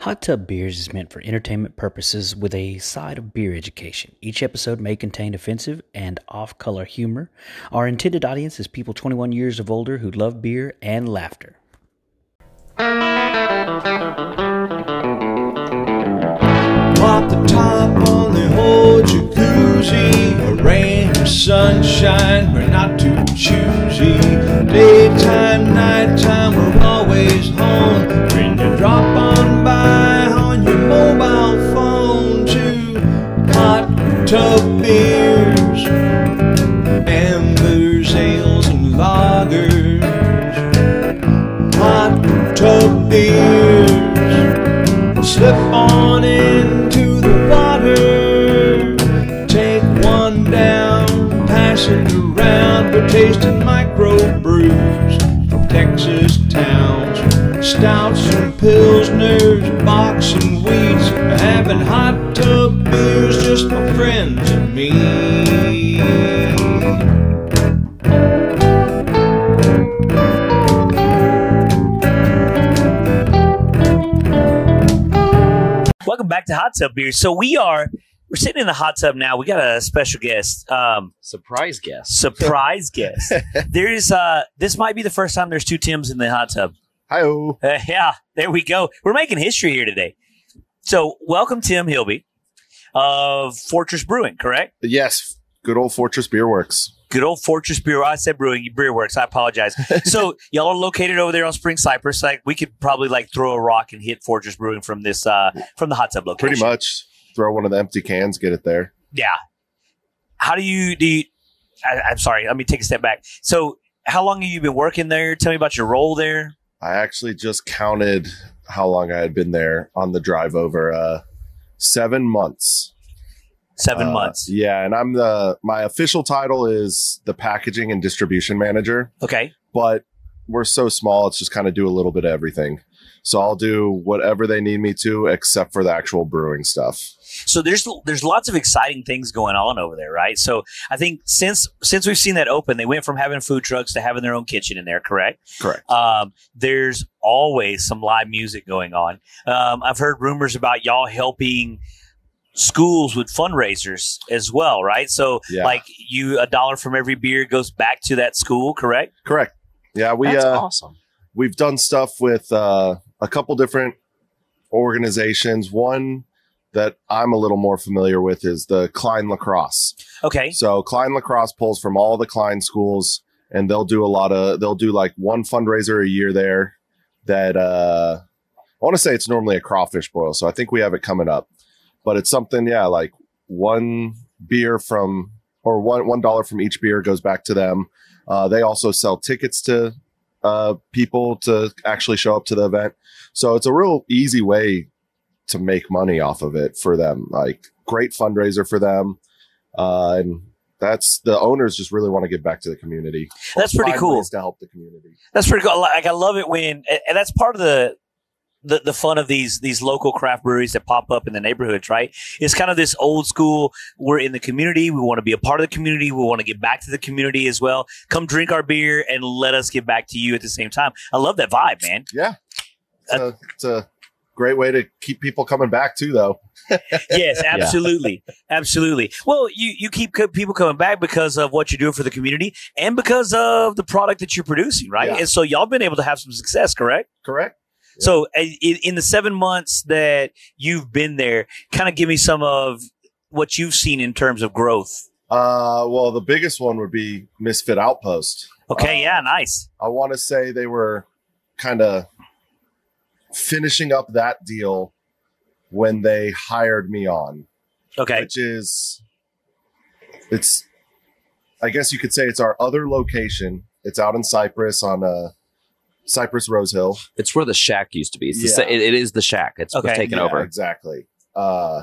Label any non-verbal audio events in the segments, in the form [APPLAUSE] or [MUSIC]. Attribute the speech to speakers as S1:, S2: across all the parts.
S1: Hot Tub Beers is meant for entertainment purposes with a side of beer education. Each episode may contain offensive and off color humor. Our intended audience is people 21 years of older who love beer and laughter.
S2: Pop the top on the whole jacuzzi. A rain or sunshine, we're not too choosy. Daytime, nighttime, we're always home. When you drop on by on your mobile phone to hot tub beers, ambers, ales, and lagers. Hot tub beers. Slip on into the water. Take one down, pass it around. We're tasting microbrews from Texas towns. Stouts and pilsners, box and weeds. We're having hot tub beers, just my friends and me.
S3: Welcome back to Hot Tub Beer. So we are we're sitting in the hot tub now. We got a special guest, um,
S4: surprise guest.
S3: surprise guest. There is uh, this might be the first time there's two Tims in the hot tub.
S4: Hi,
S3: Uh, yeah, there we go. We're making history here today. So welcome Tim Hilby of Fortress Brewing, correct?
S4: Yes, good old Fortress Beer Works.
S3: Good old Fortress Brewer. I said brewing, Brewer Works. I apologize. so y'all are located over there on Spring Cypress. Like we could probably like throw a rock and hit Fortress Brewing from this uh from the hot tub location.
S4: Pretty much throw one of the empty cans, get it there.
S3: Yeah. How do you do? You, I, I'm sorry. Let me take a step back. So, how long have you been working there? Tell me about your role there.
S4: I actually just counted how long I had been there on the drive over. Uh, seven months.
S3: Seven
S4: Uh,
S3: months.
S4: Yeah, and I'm the my official title is the packaging and distribution manager,
S3: Okay.
S4: but we're so small it's just kind of do a little bit of everything. So I'll do whatever they need me to, except for the actual brewing stuff.
S3: So there's there's lots of exciting things going on over there, right? So I think since since we've seen that open, they went from having food trucks to having their own kitchen in there, correct?
S4: Correct.
S3: Um, there's always some live music going on. Um, I've heard rumors about y'all helping schools with fundraisers as well, right? So
S4: Yeah.
S3: like you a dollar from every beer goes back to that school, correct?
S4: Correct. Yeah, we
S5: That's
S4: uh,
S5: awesome.
S4: we've done stuff with uh, a couple different organizations. One that I'm a little more familiar with is the Klein Lacrosse.
S3: Okay.
S4: So Klein Lacrosse pulls from all the Klein schools, and they'll do a lot of they'll do like one fundraiser a year there. That uh, I want to say it's normally a crawfish boil, so I think we have it coming up. But it's something, yeah, like one beer from or one one dollar from each beer goes back to them. Uh, they also sell tickets to uh, people to actually show up to the event, so it's a real easy way to make money off of it for them. Like great fundraiser for them, uh, and that's the owners just really want to give back to the community.
S3: That's pretty
S4: Find
S3: cool.
S4: ways to help the community.
S3: That's pretty cool. Like I love it when and and that's part of the the, the fun of these these local craft breweries that pop up in the neighborhoods, right? It's kind of this old school. We're in the community. We want to be a part of the community. We want to give back to the community as well. Come drink our beer and let us give back to you at the same time. I love that vibe, man.
S4: It's, a, it's a great way to keep people coming back too, though. [LAUGHS]
S3: yes, absolutely, absolutely. Well, you you keep co- people coming back because of what you're doing for the community and because of the product that you're producing, right?
S4: Yeah.
S3: And so y'all been able to have some success, correct?
S4: Correct. Yeah.
S3: So i- in, in the seven months that you've been there, kind of give me some of what you've seen in terms of growth.
S4: Uh, well, the biggest one would be Misfit Outpost.
S3: Okay,
S4: Uh,
S3: yeah, nice.
S4: I want to say they were kind of finishing up that deal when they hired me on,
S3: Okay,
S4: which is it's I guess you could say it's our other location. It's out in Cypress on uh, Cypress Rose Hill.
S5: It's where the shack used to be. It's the sa-
S4: Yeah.
S5: it, it is the shack. It's what's
S3: Okay.
S5: taken
S4: Yeah,
S5: over.
S4: exactly. Uh,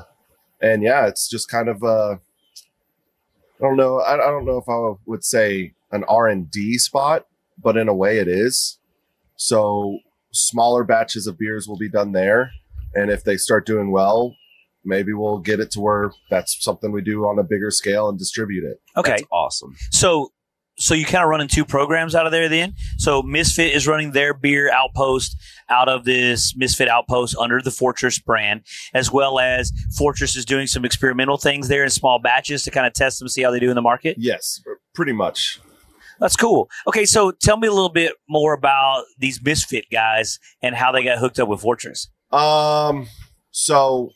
S4: and yeah, it's just kind of uh, I don't know. I, I don't know if I would say an R and D spot, but in a way, it is. So smaller batches of beers will be done there, and if they start doing well, maybe we'll get it to where that's something we do on a bigger scale and distribute it.
S3: okay.
S5: That's awesome.
S3: So so you kind of running two programs out of there then. So Misfit is running their beer outpost out of this Misfit outpost under the Fortress brand, as well as Fortress is doing some experimental things there in small batches to kind of test them, see how they do in the market.
S4: Yes, pretty much.
S3: That's cool. Okay, so tell me a little bit more about these Misfit guys and how they got hooked up with Fortress.
S4: Um, so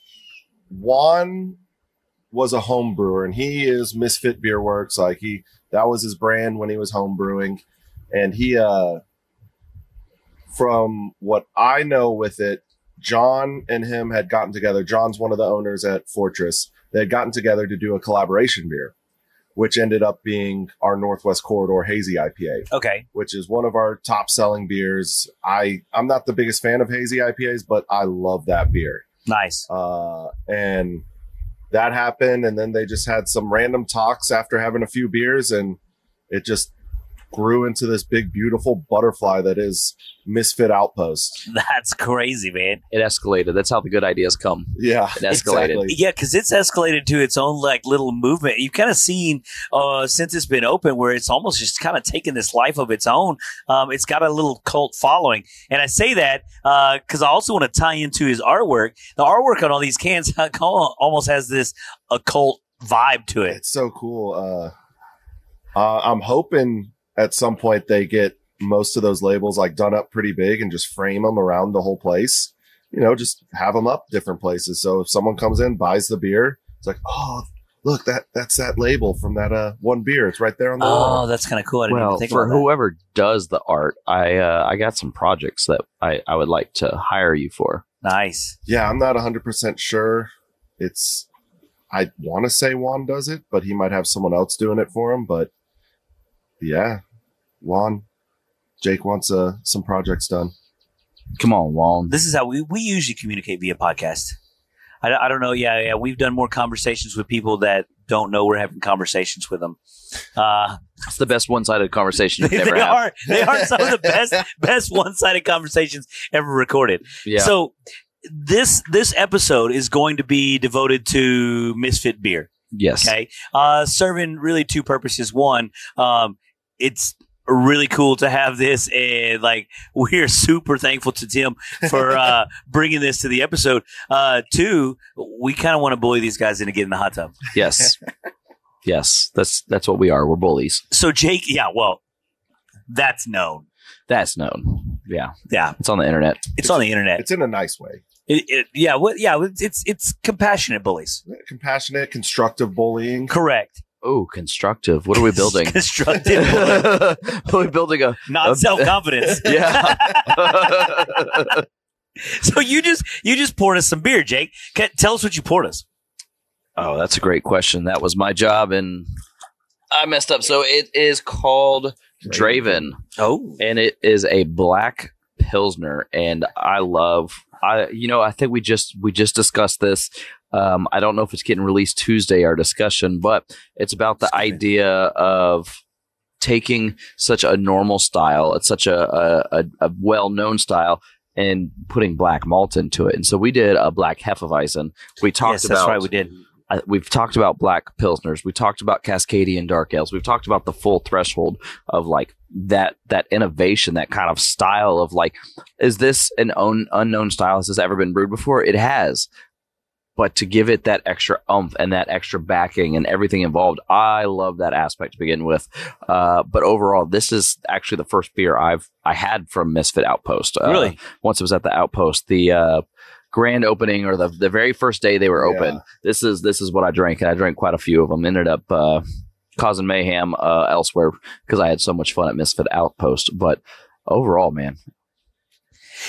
S4: Juan was a home brewer, and he is Misfit Beer Works. Like he, that was his brand when he was home brewing, and he, uh, from what I know with it, John and him had gotten together. John's one of the owners at Fortress. They had gotten together to do a collaboration beer, which ended up being our Northwest Corridor Hazy IPA
S3: Okay,
S4: which is one of our top selling beers. I I'm not the biggest fan of hazy IPAs, but I love that beer.
S3: nice. [LAUGHS]
S4: Uh, and that happened, and then they just had some random talks after having a few beers, and it just grew into this big, beautiful butterfly that is Misfit Outpost.
S3: That's crazy, man.
S5: It escalated. That's how the good ideas come.
S4: Yeah,
S5: It escalated.
S3: Yeah, because it's escalated to its own like little movement. You've kind of seen uh, since it's been open where it's almost just kind of taken this life of its own. Um, it's got a little cult following, and I say that because I also want to tie into his artwork. The artwork on all these cans [LAUGHS] almost has this occult vibe to it.
S4: It's so cool. Uh, uh, I'm hoping at some point they get most of those labels like done up pretty big and just frame them around the whole place. You know, just have them up different places. So if someone comes in, buys the beer, it's like, oh, look that that's that label from that uh one beer. It's right there on the
S3: Oh,
S4: wall.
S3: that's kind of cool. I didn't
S5: well,
S3: even think
S5: for
S3: about that.
S5: whoever does the art, I uh, I got some projects that I, I would like to hire you for.
S3: Nice.
S4: Yeah, I'm not 100 percent sure. It's I want to say Juan does it, but he might have someone else doing it for him. But yeah, Juan, Jake wants uh, some projects done.
S5: Come on, Juan.
S3: This is how we, we usually communicate via podcast. I, don't- I don't know. Yeah, yeah. We've done more conversations with people that don't know we're having conversations with them. Uh,
S5: It's the best one sided conversation
S3: [LAUGHS]
S5: you've
S3: they
S5: ever had.
S3: are they are some of the best best one sided conversations ever recorded.
S5: Yeah.
S3: So this this episode is going to be devoted to misfit beer.
S5: yes.
S3: Okay, uh, serving really two purposes. One, um, it's really cool to have this, and like [LAUGHS] we're super thankful to Tim for uh, bringing this to the episode. Uh, two, we kind of want to bully these guys into getting in the hot tub.
S5: Yes.
S3: [LAUGHS]
S5: yes. That's that's what we are. We're bullies.
S3: So Jake, yeah, well, that's known.
S5: That's known. Yeah.
S3: Yeah,
S5: It's on the internet.
S3: it's on the internet.
S4: It's in a nice way.
S3: It, it, yeah, what? Yeah, it's- it's it's compassionate bullies.
S4: compassionate, constructive bullying.
S3: Correct.
S5: Oh, constructive. What are
S3: [LAUGHS]
S5: we building?
S3: Constructive,
S5: [LAUGHS]
S3: bullying.
S5: are [LAUGHS] we building a
S3: not self confidence.
S5: [LAUGHS] Yeah.
S3: [LAUGHS] so you just you just poured us some beer, Jake. Ca tell us what you poured us.
S5: Oh, that's a great question. That was my job and I messed up. So it is called Draven.
S3: Oh,
S5: and it is a black pilsner and i love i you know i think we just we just discussed this um i don't know if it's getting released tuesday our discussion but it's about the idea of taking such a normal style it's such a a, a, a well-known style and putting black malt into it and so we did a black hefeweizen we talked
S3: yes,
S5: about
S3: that's right. We did.
S5: I, we've talked about black pilsners. We talked about Cascadian dark ales. We've talked about the full threshold of like that that innovation, that kind of style of like, is this an own, unknown style? Has this ever been brewed before? It has, but to give it that extra umph and that extra backing and everything involved, I love that aspect to begin with. Uh, but overall, this is actually the first beer I've I had from Misfit Outpost. Uh,
S3: really?
S5: once it was at the outpost the uh grand opening or the the very first day they were open
S4: Yeah.
S5: this is this is what i drank and i drank quite a few of them ended up uh causing mayhem uh elsewhere because i had so much fun at misfit outpost but overall man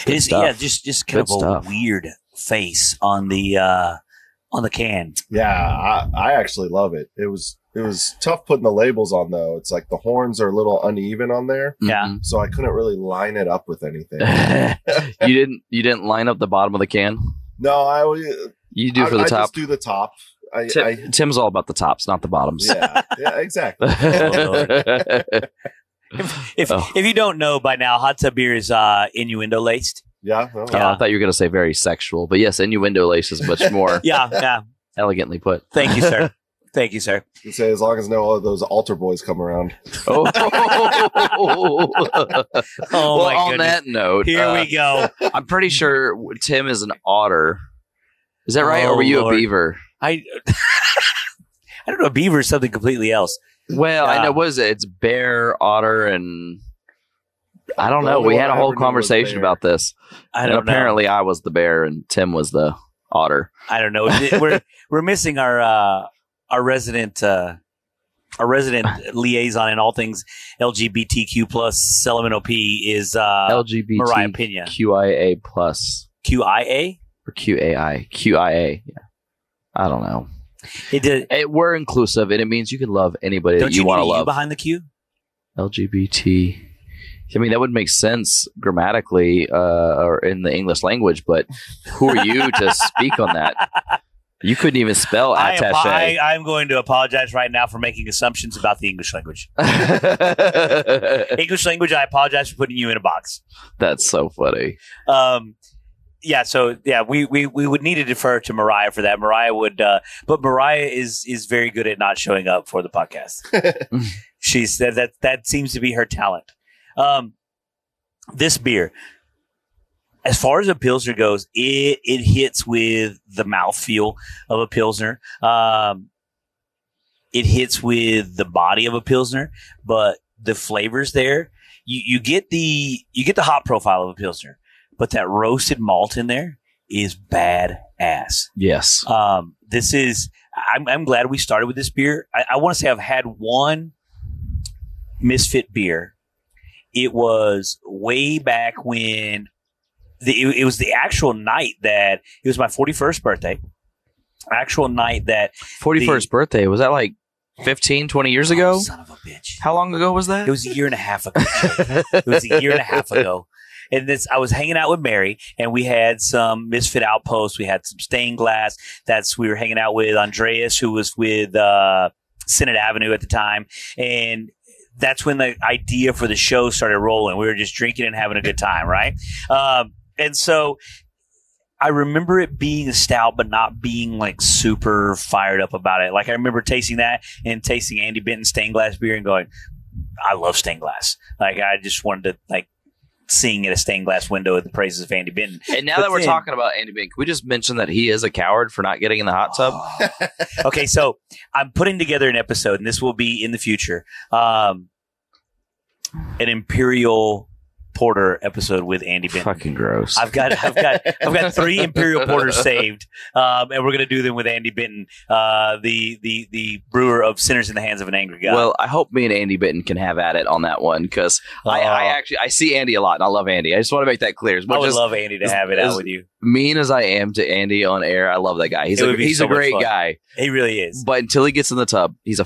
S3: It is.
S5: stuff.
S3: Yeah, just just kind
S5: Good
S3: of
S5: stuff.
S3: a weird face on the uh on the can.
S4: Yeah, I, I actually love it. It was it was tough putting the labels on though. It's like the horns are a little uneven on there,
S5: Mm-hmm.
S3: Yeah.
S4: so I couldn't really line it up with
S5: [LAUGHS]
S4: anything.
S5: Mhm. you didn't you didn't line up the bottom of the can
S4: no, I always-
S5: you do for
S4: I,
S5: the
S4: I
S5: top
S4: just do the top. I,
S5: Tim,
S4: I
S5: tim's all about the tops not the bottoms
S4: yeah, yeah, exactly.
S5: [LAUGHS]
S3: If
S5: Oh.
S3: if you don't know by now, hot tub beer is uh innuendo laced.
S4: Yeah, well,
S5: Oh, I thought you were going to
S4: [LAUGHS]
S5: say very sexual, but yes, innuendo lace is much more
S3: Yeah, yeah.
S5: elegantly put.
S3: Thank you, sir. Thank you, sir.
S4: You say as long as no of those altar boys come around.
S5: [LAUGHS] Oh. [LAUGHS]
S3: Oh
S5: well,
S3: my
S5: on
S3: goodness.
S5: that note,
S3: Here
S5: uh,
S3: we go.
S5: [LAUGHS] I'm pretty sure Tim is an otter. Is that right?
S3: Oh,
S5: or were you
S3: Lord.
S5: a beaver?
S3: I [LAUGHS] I don't know. Beaver is something completely else.
S5: Well, I know.
S3: Uh,
S5: What is it? It's bear, otter, and I don't
S4: The
S5: know.
S4: only
S5: We
S4: one
S5: had a
S4: I
S5: whole
S4: ever knew was
S5: conversation
S4: bear.
S5: about this.
S3: I
S5: and
S3: don't
S5: apparently, I was the bear and Tim was the otter.
S3: know. I don't
S5: [LAUGHS]
S3: know. We're we're missing our uh, our resident uh, our
S5: [LAUGHS]
S3: resident liaison in all things LGBTQ plus P is uh, Mariah
S5: LGBTQIA
S3: Pena
S5: plus
S3: QIA.
S5: or QAI QIA. Yeah. I don't know.
S3: It did.
S5: It, we're inclusive, and it means you can love anybody
S3: Don't
S5: that
S3: you,
S5: Uh, you want to
S3: need a U
S5: love.
S3: behind the Q?
S5: LGBT. I mean, that would make sense grammatically uh, or in the English language, but who are
S3: [LAUGHS]
S5: you to speak on that? You couldn't even spell
S3: I, apo- I,
S5: attache.
S3: I'm going to apologize right now for making assumptions about the English
S5: [LAUGHS]
S3: language. [LAUGHS] English language, I apologize for putting you in a box.
S5: That's so funny.
S3: um yeah so yeah we we we would need to defer to mariah for that mariah would uh but mariah is is very good at not showing up for the podcast she's that that that seems to be her talent um this beer as far as a pilsner goes it it hits with the mouthfeel of a pilsner um it hits with the body of a pilsner but the flavors there you you get the you get the hot profile of a pilsner but that roasted malt in there is badass.
S5: Yes.
S3: Um, this is, I'm, I'm glad we started with this beer. I, I want to say I've had one misfit beer. It was way back when the, it, it was the actual night that it was my 41st birthday. Actual night that
S5: 41st birthday. Was that like 15, 20 years ago?
S3: Oh, son of a bitch.
S5: How long ago was that?
S3: It was a year and a half
S5: [LAUGHS]
S3: ago. it was a year and a half ago. And this, I was hanging out with Mary, and we had some Misfit Outposts. We had some stained glass. That's we were hanging out with Andreas, who was with uh, Senate Avenue at the time, and that's when the idea for the show started rolling. We were just drinking and having a good time, right? Um, and so I remember it being a stout, but not being like super fired up about it. Like I remember tasting that and tasting Andy Benton stained glass beer and going, I love stained glass. Like I just wanted to like seeing at a stained glass window the praises of Andy Benton.
S5: [LAUGHS] and now
S3: but
S5: that we're
S3: then-
S5: talking about Andy Bean, can we just mention that he is a coward for not getting in the hot
S3: Oh,
S5: tub?
S3: [LAUGHS] okay, so I'm putting together an episode, and this will be in the future. Um, an Imperial Porter episode with Andy Benton.
S5: Fucking gross.
S3: I've got, I've got, I've got three Imperial
S5: [LAUGHS]
S3: Porters saved, um, and we're gonna do them with Andy Benton, uh, the the the brewer of Sinners in the Hands of an Angry God.
S5: Well, I hope me and Andy Bitten can have at it on that one because I, I
S3: Uh,
S5: actually I see Andy a lot and I love Andy. I just want to make that clear. As
S3: I
S5: much
S3: would
S5: as
S3: love Andy to
S5: is-
S3: have it out
S5: is-
S3: with you.
S5: mean as I am to Andy on air, I love that guy. He's
S3: It
S5: a
S3: would be
S5: he's
S3: so
S5: a
S3: much
S5: great
S3: fun.
S5: guy,
S3: He really
S5: [LAUGHS]
S3: is.
S5: but until he gets in the tub, he's a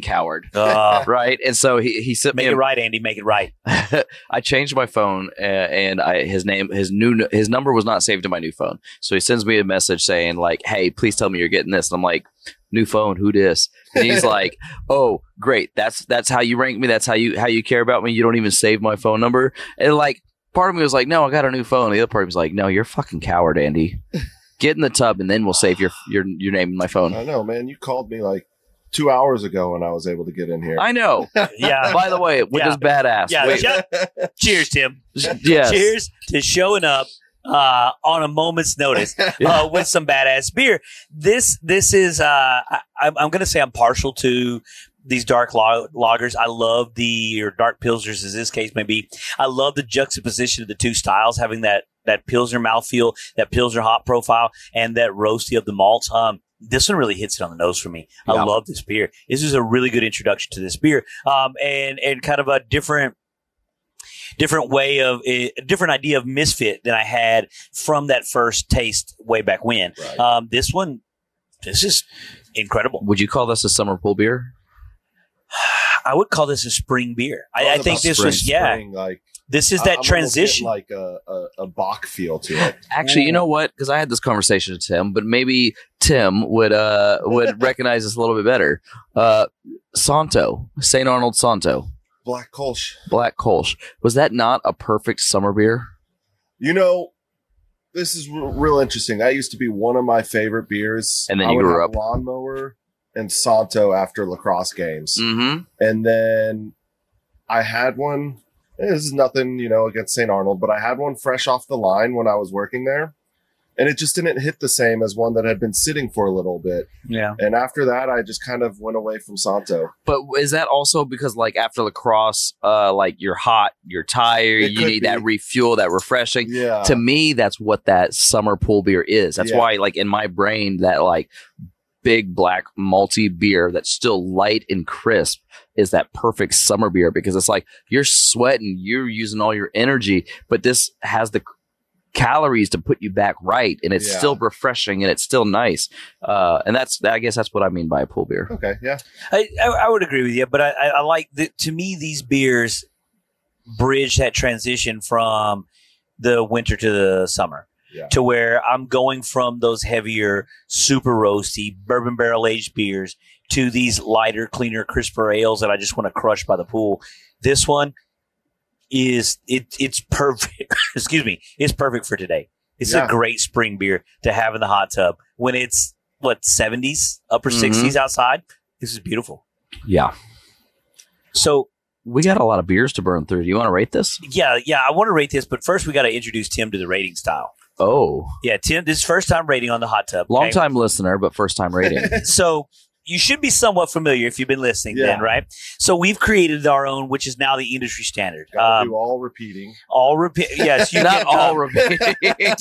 S3: [LAUGHS]
S5: coward,
S3: Uh,
S5: right? And so he he sent
S3: make
S5: me.
S3: it
S5: A,
S3: right, Andy. Make it right.
S5: [LAUGHS] I changed my phone uh, and I his name his new his number was not saved to my new phone. So he sends me a message saying like, "Hey, please tell me you're getting this." And I'm like, "New phone, who dis?"
S3: [LAUGHS]
S5: And he's like, "Oh, great. That's that's how you rank me. That's how you how you care about me. You don't even save my phone number." And like part of me was like, "No, I got a new phone." The other part was like, "No, you're a fucking coward, Andy. Get in the tub and then we'll save your your your name in my phone."
S4: I know, man. You called me like two hours ago, and I was able to get in here.
S5: I know.
S3: Yeah.
S5: [LAUGHS] By the way, which
S3: Yeah.
S5: is badass.
S3: Yeah. [LAUGHS]
S5: Wait,
S3: ju- cheers, Tim.
S5: yes.
S3: Cheers to showing up uh, on a moment's
S5: [LAUGHS]
S3: notice uh, with some badass beer. This this is uh, I, I'm I'm gonna say I'm partial to these dark log- loggers. I love the or dark pilsners, as this case may be. I love the juxtaposition of the two styles, having that that pilsner mouthfeel, that pilsner hop profile, and that roasty of the malts. Um, this one really hits it on the nose for me. I
S5: Yeah.
S3: love this beer. This is a really good introduction to this beer, um, and and kind of a different different way of a different idea of misfit than I had from that first taste way back when.
S4: [LAUGHS] Right.
S3: Um, this one, this is incredible. [SIGHS]
S5: Would you call this a summer pool beer?
S3: I would call this a spring beer. I, I
S4: Something
S3: think
S4: about
S3: this
S4: spring,
S3: was yeah.
S4: spring, like
S3: This is
S4: I-
S3: that
S4: I'm almost getting,
S3: transition.
S4: like a, a a Bach feel to it.
S5: Actually,
S3: Ooh.
S5: you know what? Because I had this conversation with Tim, but maybe Tim would uh
S4: [LAUGHS]
S5: would recognize this a little bit better. Uh, Santo, Saint Arnold Santo,
S4: Black Kolsch.
S5: Black Kolsch. Was that not a perfect summer beer?
S4: You know, this is r- real interesting. That used to be one of my favorite beers.
S5: And then
S4: I
S5: you
S4: would
S5: grew
S4: have
S5: up.
S4: lawnmower and Santo after lacrosse games.
S5: Mm-hmm.
S4: And then I had one. This is nothing, you know, against St. Arnold, but I had one fresh off the line when I was working there. And it just didn't hit the same as one that had been sitting for a little bit.
S3: Yeah.
S4: And after that, I just kind of went away from Santo.
S5: But is that also because like after lacrosse, uh, like you're hot, you're tired,
S4: It
S5: you
S4: could
S5: need that
S4: be.
S5: refuel, that refreshing.
S4: Yeah.
S5: to me, that's what that summer pool beer is. That's
S4: Yeah.
S5: why, like in my brain, that like big black multi beer that's still light and crisp is that perfect summer beer because it's like you're sweating, you're using all your energy, but this has the calories to put you back right, and it's
S4: Yeah.
S5: still refreshing and it's still nice. Uh, and that's I guess that's what I mean by a pool beer.
S4: okay. Yeah.
S3: I, I, I would agree with you, but I, I, I like the, to me these beers bridge that transition from the winter to the summer
S4: Yeah.
S3: to where I'm going from those heavier, super roasty bourbon barrel aged beers to these lighter, cleaner, crisper ales that I just want to crush by the pool. This one is it it's perfect. [LAUGHS] excuse me, it's perfect for today. It's
S4: Yeah.
S3: a great spring beer to have in the hot tub when it's what 70s, upper
S5: Mhm.
S3: 60s outside. This is beautiful.
S5: Yeah,
S3: So
S5: we got a lot of beers to burn through. Do you want to rate this?
S3: yeah, yeah, I want to rate this, but first we got to introduce Tim to the rating style.
S5: Oh,
S3: Yeah, Tim, this is first time rating on the hot tub.
S5: long
S3: okay?
S5: time listener, but first
S4: [LAUGHS]
S5: time rating.
S3: So you should be somewhat familiar if you've been listening,
S4: Yeah.
S3: then, right? So we've created our own, which is now the industry standard.
S4: Gotta
S3: Um,
S4: do all repeating.
S3: all repeat. Yes,
S5: [LAUGHS]
S3: you can,
S5: Not all
S3: um,
S4: [LAUGHS]
S5: repeating.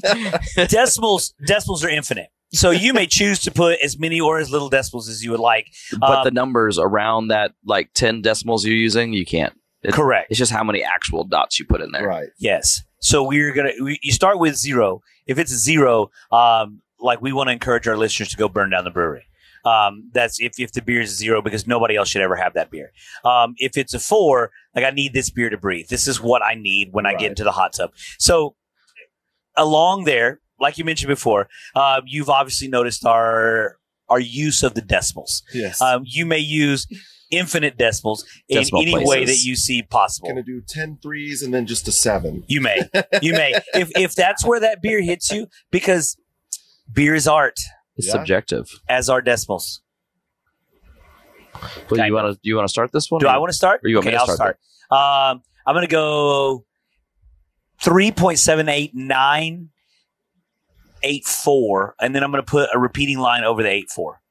S3: decimals. Decimals are infinite. So you may choose to put as many or as little decimals as you would like.
S5: but
S3: Um,
S5: the numbers around that like 10 decimals you're using you can't It's-
S3: Correct.
S5: it's just how many actual dots you put in there
S4: Right.
S3: Yes. So we're gonna we, you start with zero. If it's zero, um, like we want to encourage our listeners to go burn down the brewery. Um, that's if if the beer is zero because nobody else should ever have that beer. Um, if it's a four, like I need this beer to breathe. This is what I need when I
S4: Right.
S3: get into the hot tub. So along there, like you mentioned before, uh, you've obviously noticed our our use of the decimals.
S4: Yes.
S3: Um, you may use infinite decimals in
S5: Decimal
S3: any way
S5: places.
S3: that you see possible.
S4: Gonna do 10 threes and then just a seven.
S3: You may. You may. if if that's where that beer hits you, because beer is art,
S5: it's
S4: Yeah.
S5: subjective
S3: as are decimals.
S5: but
S3: Kind
S5: you want to you want to start this one
S3: Do
S5: or-
S3: I want to start?
S5: Or you want me to
S3: I'll
S5: start
S3: Um, I'm gonna go three point seven eight nine eight four, and then I'm gonna put a repeating line over the eight four.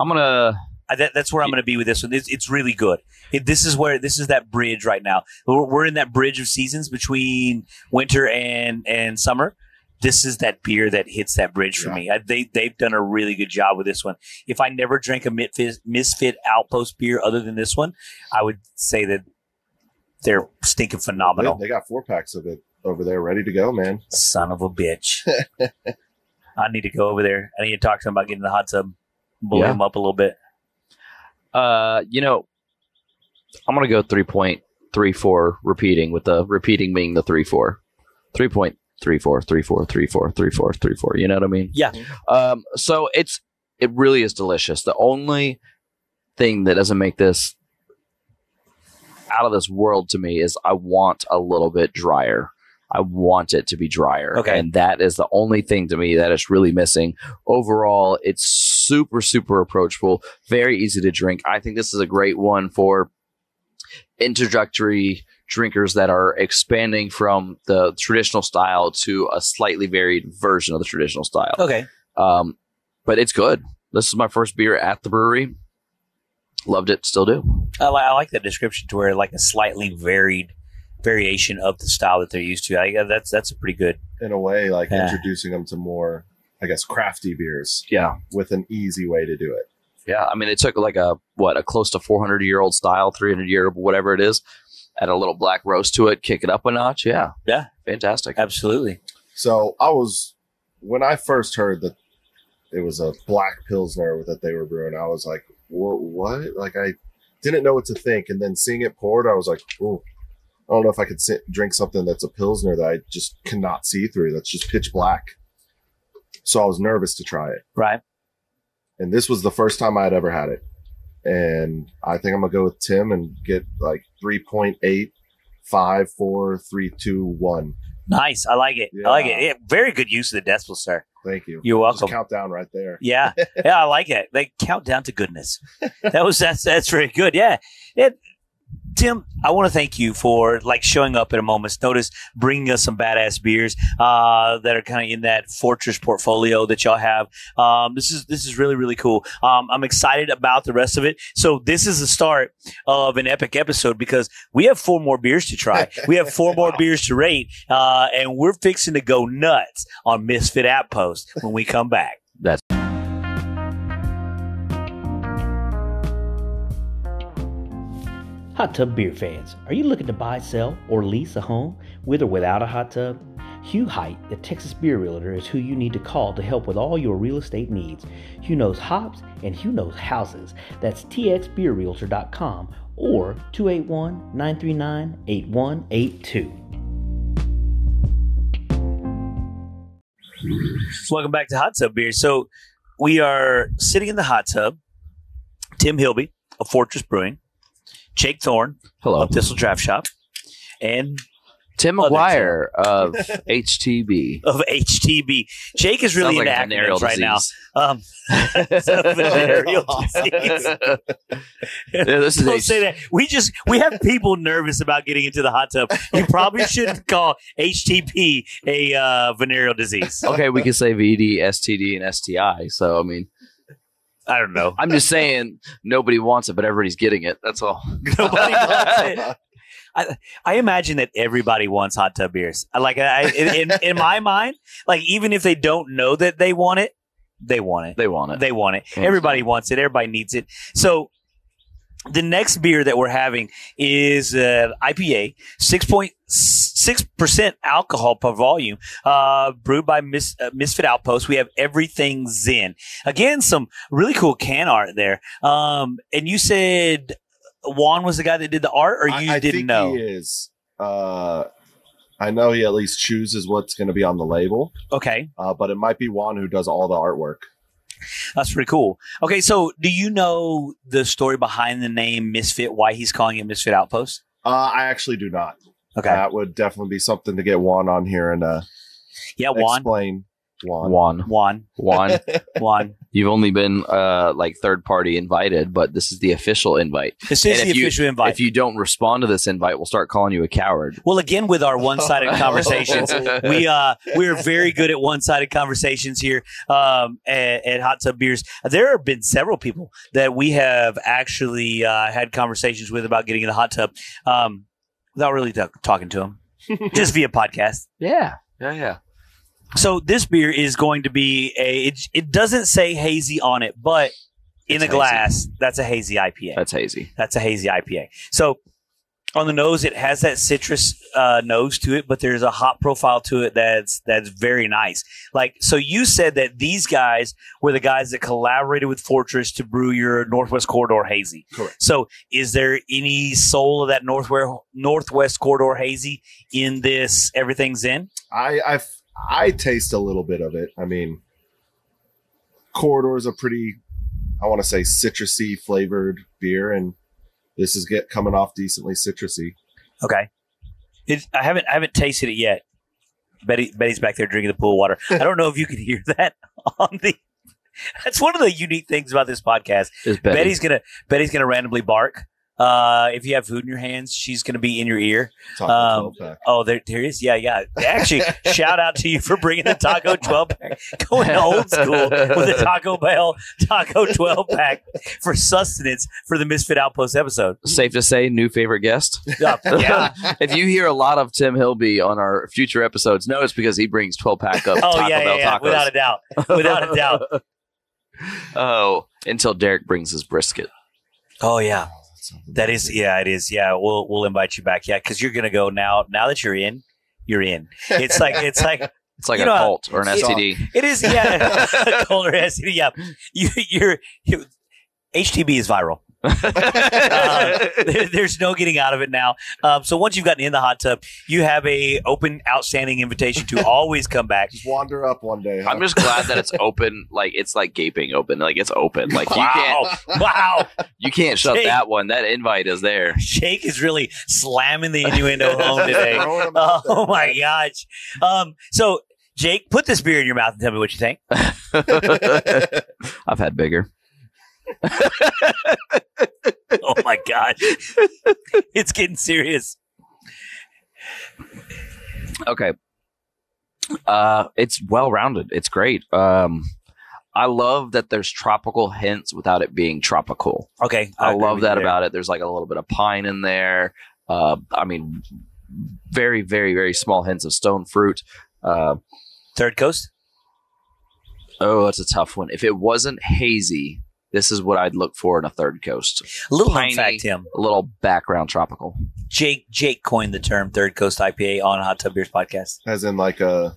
S5: i'm gonna
S3: I, that, that's where I'm going to be with this one. It's, it's really good. It, this is where this is that bridge right now. We're, we're in that bridge of seasons between winter and and summer. This is that beer that hits that bridge for
S4: Yeah.
S3: me. I, they they've done a really good job with this one. If I never drank a Mitfis, Misfit Outpost beer other than this one, I would say that they're stinking
S4: They,
S3: phenomenal.
S4: they got four packs of it over there ready to go, man.
S3: Son of a
S4: [LAUGHS]
S3: bitch. I need to go over there. I need to talk to him about getting in the hot tub, blow
S5: Yeah.
S3: him up a little bit.
S5: uh you know i'm gonna go 3.34 repeating with the repeating being the 3 4 3.34 3.4 3.4 3.4 3.4 you know what i mean
S3: Yeah.
S5: Um, so it's it really is delicious. The only thing that doesn't make this out of this world to me is I want a little bit drier. I want it to be drier.
S3: Okay.
S5: And that is the only thing to me that is really missing. Overall, it's super, super approachable, very easy to drink. I think this is a great one for introductory drinkers that are expanding from the traditional style to a slightly varied version of the traditional style.
S3: Okay.
S5: Um, but it's good. This is my first beer at the brewery. Loved it, still do.
S3: I, li- I like that description to where like a slightly varied variation of the style that they're used to. I, uh, that's that's a pretty good.
S4: In a way, like
S3: Yeah.
S4: introducing them to more, I guess, crafty beers
S5: Yeah,
S4: with an easy way to do it.
S5: yeah. I mean, it took like a what a close to 400 year old style, 300 year whatever it is, add a little black roast to it, kick it up a notch. Yeah,
S3: Yeah.
S5: fantastic.
S3: Absolutely.
S4: So I was when I first heard that it was a black pilsner that they were brewing. I was like, "What? What?" Like I didn't know what to think, and then seeing it poured, I was like, "Ooh, I don't know if I could sit, drink something that's a pilsner that I just cannot see through. That's just pitch black." So I was nervous to try it,
S3: Right.
S4: and this was the first time I had ever had it. And I think I'm gonna go with Tim and get like three point eight five four three two one.
S3: Nice. I like it. I like it. Yeah, very good use of the decimal, sir.
S4: Thank you.
S3: You're
S4: Just
S3: welcome.
S4: countdown right there.
S3: Yeah, yeah, I like it. They count down to goodness. That was that's that's very good. Yeah, it, Tim, I want to thank you for like showing up at a moment's notice, bringing us some badass beers uh, that are kind of in that fortress portfolio that y'all have. Um, this is this is really really cool. Um, I'm excited about the rest of it. So this is the start of an epic episode because we have four more beers to try. We have four more beers to rate, uh, and we're fixing to go nuts on Misfit Outpost when we come back.
S1: Hot tub beer fans, are you looking to buy, sell, or lease a home with or without a hot tub? Hugh Height, the Texas beer realtor, is who you need to call to help with all your real estate needs. Hugh knows hops and Hugh knows houses. That's txbeerrealtor.com or 281 939 8182.
S3: Welcome back to Hot Tub Beer. So we are sitting in the hot tub. Tim Hilby of Fortress Brewing, Jake Thorne
S5: Hello.
S3: of Thistle Draft Shop, and
S5: Tim
S3: Other
S5: McGuire [LAUGHS] of HTB.
S3: of HTB. Jake is really
S5: Sounds
S3: into
S5: like a venereal
S3: acronyms right now.
S5: disease.
S3: [LAUGHS]
S5: [LAUGHS]
S3: Um, it's a
S4: [LAUGHS]
S3: venereal [LAUGHS] disease.
S5: Yeah, this is
S3: Don't say
S5: H-
S3: that. We just we have people nervous about getting into the hot tub. You
S5: [LAUGHS]
S3: probably shouldn't call HTP a uh, venereal disease.
S5: okay. We can say E VD, STD, and STI. So I mean,
S3: I don't
S5: [LAUGHS]
S3: know. [LAUGHS]
S5: I'm just saying nobody wants it, but everybody's getting it. That's all.
S3: Nobody wants it. I imagine that everybody wants hot tub beers. I- Like I, in, in, in my mind, like even if they don't know that they want it, they want it.
S5: They want it.
S3: They want it.
S5: Yeah.
S3: Everybody wants it. Everybody needs it. So the next beer that we're having is uh, IPA, 6.6% alcohol per volume, uh, brewed by Mis- uh, Misfit Outpost. We have Everything Zen. Again, some really cool can art there. Um, and you said Juan was the guy that did the art, or you
S4: I, I
S3: didn't
S4: think
S3: know?
S4: he is. Uh, I know he at least chooses what's going to be on the label,
S3: Okay,
S4: uh, but it might be Juan who does all the artwork.
S3: that's pretty cool. Okay, so do you know the story behind the name Misfit? Why he's calling it Misfit Outpost?
S4: Uh, I actually do not.
S3: Okay,
S5: Uh,
S4: That would definitely be something to get Juan on here and uh,
S3: yeah, Juan,
S4: explain. Juan.
S5: Juan,
S3: Juan,
S5: Juan,
S3: [LAUGHS]
S5: [LAUGHS]
S3: Juan.
S5: you've only been uh, like third party invited, but this is the official invite.
S3: This is
S5: And
S3: the
S5: if you-
S3: official invite.
S5: If you don't respond to this invite, we'll start calling you a coward.
S3: well, again, with our
S5: [LAUGHS]
S3: one-sided conversations, [LAUGHS] we uh we are very good at one-sided conversations here um at, at hot tub beers there have been several people that we have actually uh, had conversations with about getting in the hot tub um without really t- talking to them just via podcast
S5: yeah, yeah, yeah.
S3: so this beer is going to be a it, it doesn't say hazy on it but in
S5: It's
S3: the
S5: hazy.
S3: glass that's a hazy ipa
S5: That's hazy.
S3: That's a hazy IPA. So on the nose, it has that citrus uh, nose to it, but there's a hop profile to it that's that's very nice. Like so, you said that these guys were the guys that collaborated with Fortress to brew your Northwest Corridor hazy.
S4: Correct.
S3: So is there any soul of that Northwest Northwest Corridor hazy in this? Everything's in.
S4: I, I f- I taste a little bit of it. I mean, Corridor's a pretty, I want to say, citrusy flavored beer, and this is get coming off decently citrusy.
S3: Okay. It, I haven't I haven't tasted it yet. Betty Betty's back there drinking the pool
S5: [LAUGHS]
S3: water. I don't know if you can hear that on the. That's one of the unique things about this podcast.
S5: Is Betty.
S3: Betty's gonna Betty's gonna randomly bark. Uh, if you have food in your hands, she's gonna be in your ear.
S4: Taco
S3: Um,
S4: 12 pack.
S3: Oh, there, there is. Yeah, yeah.
S5: [LAUGHS]
S3: Actually, shout out to you for bringing the Taco 12 pack, going old school with the Taco Bell Taco 12 pack for sustenance for the Misfit Outpost episode.
S5: safe to say, new favorite guest. [LAUGHS]
S3: Yeah, Oh, yeah.
S5: if you hear a lot of Tim Hilby on our future episodes, no, it's because he brings 12 pack of
S3: [LAUGHS] Oh,
S5: Taco
S3: yeah, yeah,
S5: Bell
S3: yeah.
S5: tacos.
S3: Without a doubt. Without a doubt.
S5: oh, until Derek brings his brisket.
S3: Oh, yeah. That is, yeah, it is. Yeah, we'll we'll invite you back. Yeah, because you're gonna go now. Now that you're in, you're in. It's like it's like
S5: It's like
S3: You
S5: a
S3: know,
S5: cult or an
S3: it's-
S5: STD.
S3: It is, [LAUGHS] yeah. Color acid, yeah. You, you're you, HTB is viral. Uh, there- there's no getting out of it now. Um, so once you've gotten in the hot tub, you have a open, outstanding invitation to always come back.
S4: Just wander up one day. huh?
S5: I'm just glad that it's open. Like it's like gaping open. Like it's open.
S3: [LAUGHS]
S5: Like you can't
S3: Wow! Wow!
S5: you can't shut
S3: Shake.
S5: that one. That invite
S3: [LAUGHS]
S5: is there. [LAUGHS]
S3: Jake is really slamming the innuendo home today.
S4: Throwing 'em
S3: [LAUGHS]
S4: out
S3: Oh
S4: there.
S3: my gosh! Um, so Jake, put this beer in your mouth and tell me what you think.
S5: I've had bigger.
S3: Oh my
S4: [LAUGHS]
S3: god, it's getting serious.
S5: Okay. Uh, it's well rounded. It's great. Um, I love that there's tropical hints without it being tropical.
S3: Okay,
S5: I,
S3: agree
S5: love
S3: with you
S5: that
S3: there.
S5: about it. There's like a little bit of pine in there. Uh, I mean, very, very, very small hints of stone fruit. Uh,
S3: Third Coast.
S5: oh, that's a tough one. If it wasn't hazy, this is what I'd look for in a third coast.
S3: A little known
S5: Piney.
S3: fact, him.
S5: A little background tropical.
S3: Jake Jake coined the term Third Coast IPA on Hot Tub Beers podcast.
S4: As in like a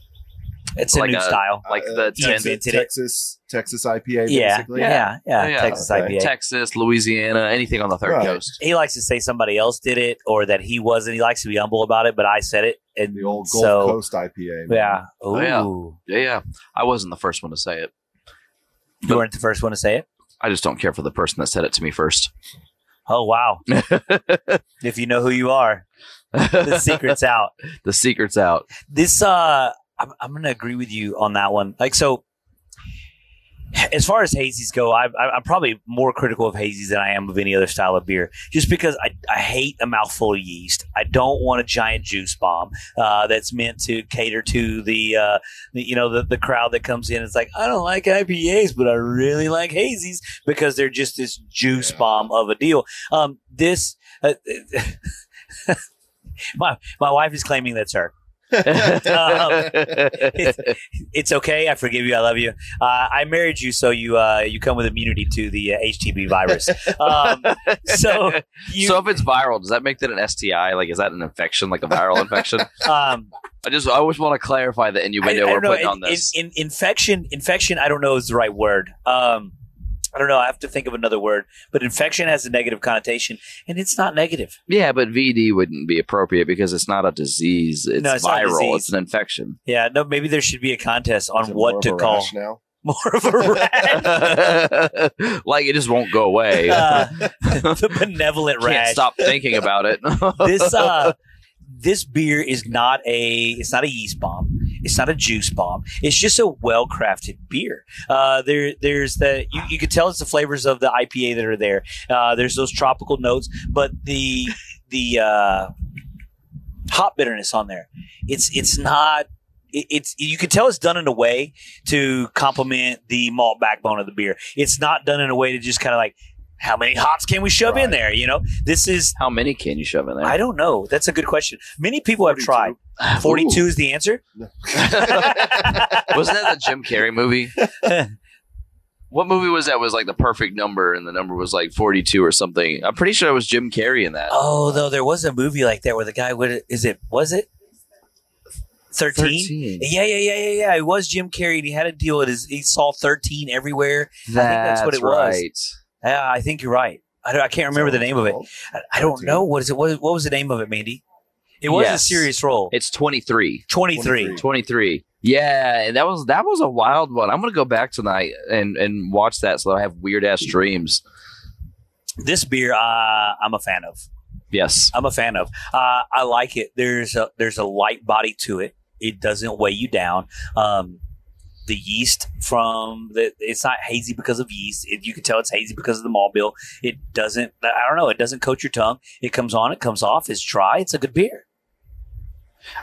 S3: It's a
S5: Like
S3: new
S5: a-
S3: style.
S5: Like
S4: uh,
S5: the
S4: Texas,
S5: tin-
S3: invented it.
S4: Texas Texas IPA.
S3: Yeah,
S4: basically.
S3: yeah, yeah,
S5: Oh, yeah.
S3: Texas
S4: Okay.
S3: IPA.
S5: Texas, Louisiana, anything on the third
S4: Right.
S5: coast.
S3: he likes to say somebody else did it or that he wasn't. He likes to be humble about it, but I said it. And
S4: The old Gulf
S3: so,
S4: Coast IPA. man.
S3: Yeah. Ooh.
S5: Oh, yeah. Yeah, yeah. I wasn't the first one to say it.
S3: You weren't the first one to say it.
S5: I just don't care for the person that said it to me first.
S3: Oh, wow. if you know who you are, the
S5: the
S3: secret's out. [LAUGHS]
S5: secret's out. [LAUGHS]
S3: this uh I'm, I'm gonna agree with you on that one like so as far as hazies go I, I, i'm probably more critical of hazies than i am of any other style of beer just because i, I hate a mouthful of yeast i don't want a giant juice bomb uh, that's meant to cater to the, uh, the you know the, the crowd that comes in it's like i don't like ipas but i really like hazies because they're just this juice
S4: Yeah.
S3: bomb of a deal um, this uh, [LAUGHS] my, my wife is claiming that's her [LAUGHS] Um, it's okay. I forgive you. I love you. Uh, I married you, so you uh, you come with immunity to the uh, HTV virus. Um, so you,
S5: so if it's viral, does that make that an STI? Like, is that an infection, like a viral infection?
S3: um,
S5: I just, I always want to clarify the
S3: I-
S5: innuendo
S3: I
S5: we're
S3: don't know.
S5: putting
S3: In-
S5: on this.
S3: In, in, infection, infection. I don't know is the right word. Um, I don't know. I have to think of another word. But infection has a negative connotation, and it's not negative.
S5: yeah, but VD wouldn't be appropriate because it's not a disease. It's,
S3: No, it's not a
S5: viral.
S3: disease.
S5: It's an infection. [LAUGHS]
S3: Yeah. No. Maybe there should be a contest
S4: Is
S3: on
S4: it more
S3: what
S4: of
S3: to
S4: a
S3: call
S4: rash now.
S3: [LAUGHS] more of a rash.
S5: [LAUGHS] like it just won't go away.
S3: [LAUGHS] Uh, [LAUGHS] the benevolent
S5: Can't
S3: rash.
S5: stop
S3: [LAUGHS]
S5: thinking about it. [LAUGHS]
S3: this uh this beer is not a it's not a yeast bomb it's not a juice bomb it's just a well crafted beer uh there there's the you, you can tell it's the flavors of the ipa that are there uh there's those tropical notes but the the uh hop bitterness on there it's it's not it- it's you can tell it's done in a way to complement the malt backbone of the beer. It's not done in a way to just kind of like how many hops can we shove in
S4: Right.
S3: there? You know, this is
S5: How many can you shove in there?
S3: I don't know. That's a good question. Many people have
S4: 42.
S3: tried. 42 is the answer.
S5: Wasn't that the Jim
S3: [LAUGHS]
S5: Carrey movie? what movie was that? Was like the perfect number, and the number was like forty-two or something. I'm pretty sure it was Jim Carrey in that.
S3: oh, though there was a movie like that where the guy would is it was it 13? Yeah, yeah, yeah, yeah, yeah. It was Jim Carrey and he had a deal with his he saw 13 everywhere. that's
S5: That's,
S3: what it was.
S5: right.
S3: Yeah, I think you're right. I, don't, I can't remember the name of it. I, I don't
S4: 13.
S3: know what is it what, what was the name of it, Mandy? It was a
S5: Yes.
S3: serious role.
S5: It's 23.
S3: 23.
S4: 23.
S5: 23. Yeah, and that was that was a wild one. I'm gonna go back tonight and and watch that so that I have weird ass dreams.
S3: This beer uh, I'm a fan of.
S5: Yes.
S3: I'm a fan of. Uh, I like it. There's a there's a light body to it. It doesn't weigh you down. Um, the yeast from the it's not hazy because of yeast. It, you can tell it's hazy because of the malt bill. It doesn't. I don't know. It doesn't coat your tongue. It comes on. It comes off. It's dry. It's a good beer.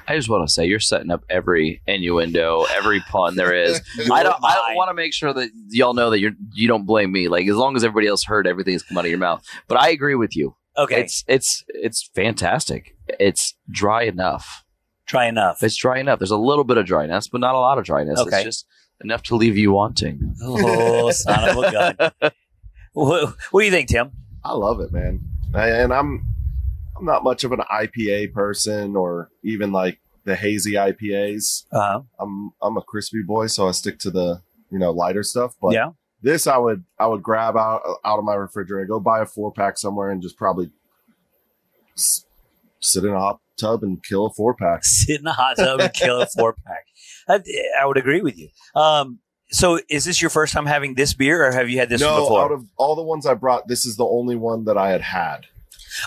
S5: I just want to say you're setting up every innuendo, every pun
S3: [LAUGHS]
S5: there is. I don't. I don't
S3: mine.
S5: want to make sure that y'all know that you're. You don't blame me. Like as long as everybody else heard everything that's come out of your mouth. But I agree with you.
S3: Okay,
S5: It's it's it's fantastic. It's dry enough.
S3: try enough.
S5: It's dry enough. There's a little bit of dryness, but not a lot of dryness.
S3: Okay.
S5: It's just enough to leave you wanting.
S3: Oh, son of a gun.
S5: [LAUGHS]
S3: What, what do you think, Tim?
S4: I love it, man. I, and I'm I'm not much of an IPA person or even like the hazy IPAs.
S3: Uh,
S4: I'm I'm a crispy boy, so I stick to the you know lighter stuff. But
S3: Yeah.
S4: This I would I would grab out out of my refrigerator, go buy a four pack somewhere, and just probably s- sit in a hot tub and kill a four pack.
S3: sit in a hot tub and kill a four pack. I, I would agree with you. Um, so, is this your first time having this beer, or have you had this one
S4: no,
S3: before?
S4: out of all the ones I brought, this is the only one that I had had.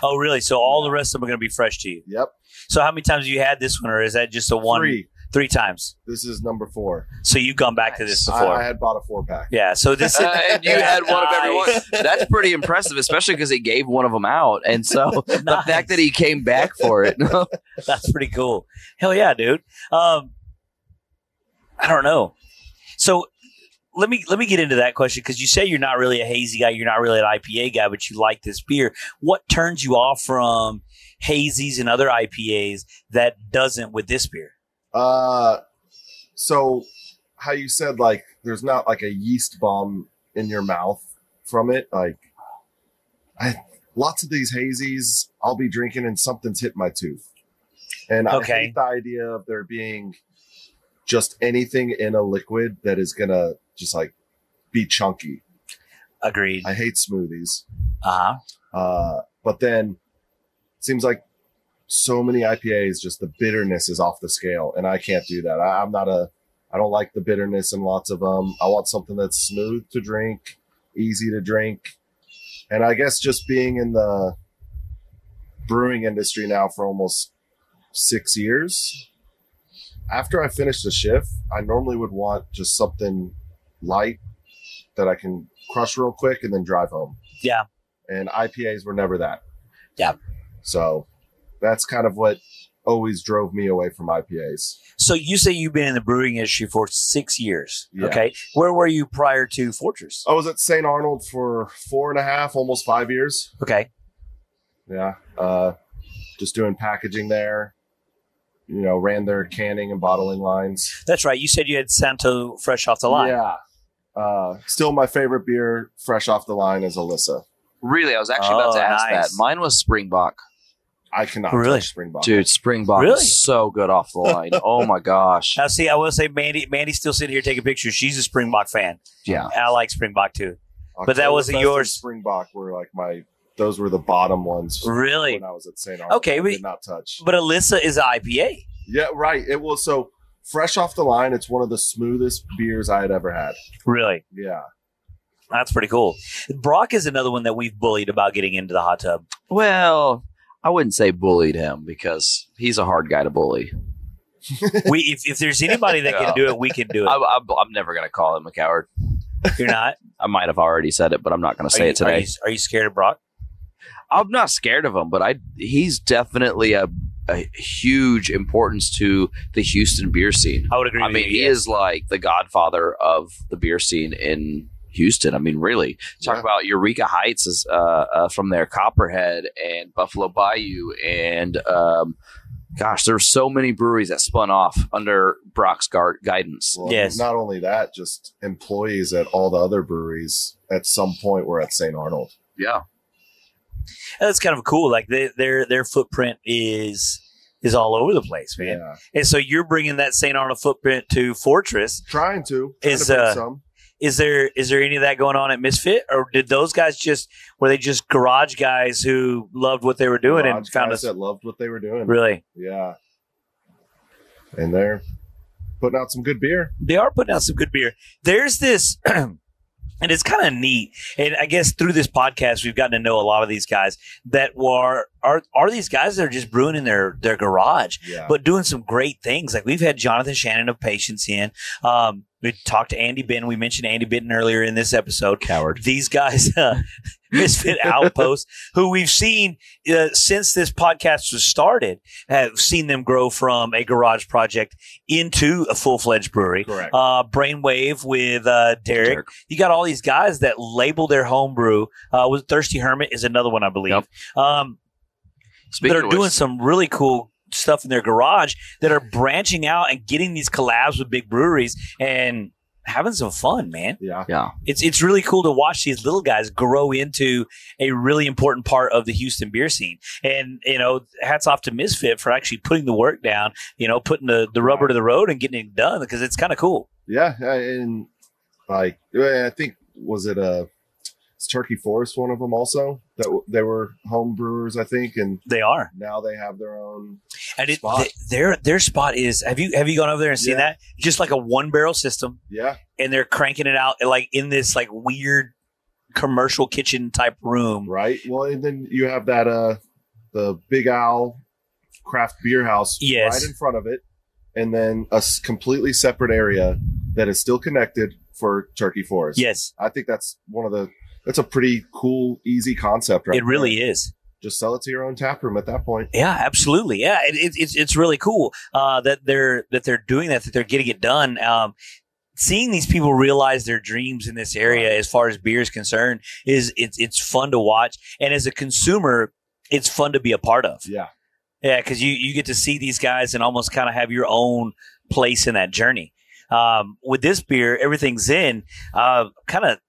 S3: oh, really? So all the rest of them are going to be fresh to you.
S4: Yep,
S3: So, how many times have you had this one, or is that just a one?
S4: three.
S3: three times.
S4: This is number four.
S3: So you've gone back to this
S4: I,
S3: before.
S4: I had bought a four pack.
S3: yeah. So this
S4: [LAUGHS]
S5: Uh, and you had one of every
S3: [LAUGHS]
S5: one.
S3: Nice.
S5: That's pretty impressive, especially because he gave one of them out,
S3: [LAUGHS]
S5: and so the
S3: Nice.
S5: fact that he came back for it. [LAUGHS]
S3: [LAUGHS] That's pretty cool. Hell yeah, dude. Um, I don't know. So let me let me get into that question because you say you're not really a hazy guy, you're not really an IPA guy, but you like this beer. What turns you off from hazies and other IPAs that doesn't with this beer?
S4: Uh, so how you said like there's not like a yeast bomb in your mouth from it. Like, I lots of these hazies I'll be drinking and something's hit my tooth, and I
S3: Okay.
S4: hate the idea of there being just anything in a liquid that is gonna just like be chunky.
S3: Agreed.
S4: I hate smoothies.
S3: Uh huh.
S4: Uh, but then it seems like so many IPAs, just the bitterness is off the scale, and I can't do that. I, I'm not a, I don't like the bitterness in lots of them. I want something that's smooth to drink, easy to drink, and I guess just being in the brewing industry now for almost six years. After I finish the shift, I normally would want just something light that I can crush real quick and then drive home
S3: Yeah.
S4: and IPAs were never that.
S3: Yeah.
S4: So that's kind of what always drove me away from IPAs.
S3: So you say you've been in the brewing industry for six years.
S4: Yeah.
S3: Okay. Where were you prior to Fortress?
S4: I was at St. Arnold for four and a half, almost five years.
S3: Okay.
S4: Yeah. Uh, just doing packaging there. You know, ran their canning and bottling lines.
S3: That's right. You said you had Santo fresh off the line.
S4: Yeah. Uh, still, my favorite beer, fresh off the line, is Alyssa.
S5: really, I was actually about
S3: Oh,
S5: to ask
S3: nice.
S5: that. Mine was Springbok,
S4: I cannot
S3: Really?
S4: touch Springbok.
S5: dude. Springbok
S3: Really?
S5: is so good off the line. oh
S3: [LAUGHS]
S5: my gosh,
S3: Now, see, I will say Mandy. Mandy's still sitting here taking pictures. She's a Springbok fan.
S5: yeah.
S3: And I like Springbok too. but that wasn't
S4: Oktoberfest and
S3: yours.
S4: Springbok were like my; those were the bottom ones
S3: Really,
S4: when I was at St. Arnold.
S3: Okay,
S4: I
S3: we-
S4: did not touch.
S3: but Alyssa is an IPA.
S4: Yeah, right. It will. So fresh off the line, it's one of the smoothest beers I had ever had.
S3: Really,
S4: Yeah,
S3: that's pretty cool. Brock is another one that we've bullied about getting into the hot tub.
S5: Well, I wouldn't say bullied him because he's a hard guy to bully.
S3: We, if, if there's anybody that [LAUGHS]
S5: Yeah.
S3: can do it, we can do
S5: I,
S3: it.
S5: I, I'm never going to call him a coward.
S3: You're not.
S5: I might have already said it, but I'm not going to say
S3: are you,
S5: it today.
S3: Are you, are you scared of Brock?
S5: I'm not scared of him, but I he's definitely a, a huge importance to the Houston beer scene.
S3: I would agree.
S5: I
S3: with
S5: mean,
S3: you.
S5: he is like the godfather of the beer scene in Houston. I mean, really, talk
S4: Yeah.
S5: about Eureka Heights is uh, uh, from there, Copperhead and Buffalo Bayou, and um, gosh, there's so many breweries that spun off under Brock's guard- guidance.
S4: Well,
S3: Yes.
S4: Not only that, just employees at all the other breweries at some point were at St. Arnold.
S5: Yeah,
S3: That's kind of cool. Like they, their their footprint is is all over the place, man.
S4: Yeah,
S3: And so you're bringing that St. Arnold footprint to Fortress.
S4: trying to trying
S3: Is,
S4: to bring
S3: uh,
S4: some.
S3: is there is there any of that going on at Misfit, or did those guys just were they just garage guys who loved what they were doing and
S4: Garage
S3: found
S4: guys
S3: us
S4: that loved what they were doing.
S3: really?
S4: Yeah, and they're putting out some good beer.
S3: They are putting out some good beer. There's this, [CLEARS THROAT] and it's kind of neat. And I guess through this podcast, we've gotten to know a lot of these guys that were are are these guys that are just brewing in their their garage.
S4: Yeah,
S3: but doing some great things. Like we've had Jonathan Shannon of Patience in. Um, we talked to Andy Benton. We mentioned Andy Benton earlier in this episode.
S5: Coward.
S3: These guys, [LAUGHS] uh, Misfit Outpost, who we've seen uh, since this podcast was started, have seen them grow from a garage project into a full fledged brewery.
S4: correct.
S3: Uh, Brainwave with uh, Derek
S5: Derek.
S3: you got all these guys that label their homebrew. Uh, with Thirsty Hermit is another one, I believe. Um,
S5: Speaking
S3: that
S5: of
S3: are
S5: which-
S3: doing some really cool stuff in their garage that are branching out and getting these collabs with big breweries and having some fun, man.
S4: yeah,
S5: yeah,
S3: It's it's really cool to watch these little guys grow into a really important part of the Houston beer scene. And you know, hats off to Misfit for actually putting the work down, you know, putting the, the rubber to the road and getting it done because it's kind of cool.
S4: yeah, and like I think was it a is Turkey Forest one of them also that w- they were home brewers I think and
S3: They are,
S4: now they have their own
S3: and it,
S4: Spot.
S3: th- their their spot is. Have you have you gone over there and seen
S4: Yeah.
S3: that? Just like a one barrel system,
S4: yeah
S3: and they're cranking it out like in this like weird commercial kitchen type room.
S4: right well and then you have that uh the Big Owl craft beer house
S3: Yes.
S4: right in front of it and then a s- completely separate area that is still connected for Turkey Forest
S3: Yes,
S4: I think that's one of the that's a pretty cool easy concept right
S3: it really
S4: there.
S3: is.
S4: just sell it to your own tap room at that point
S3: Yeah, absolutely. Yeah, it, it, it's it's really cool uh, that they're that they're doing that, that they're getting it done. Um, seeing these people realize their dreams in this area, as far as beer is concerned, is it's it's fun to watch, and as a consumer, it's fun to be a part of.
S4: yeah
S3: Yeah, because you you get to see these guys and almost kind of have your own place in that journey. Um, with this beer, everything's in. Uh, kind of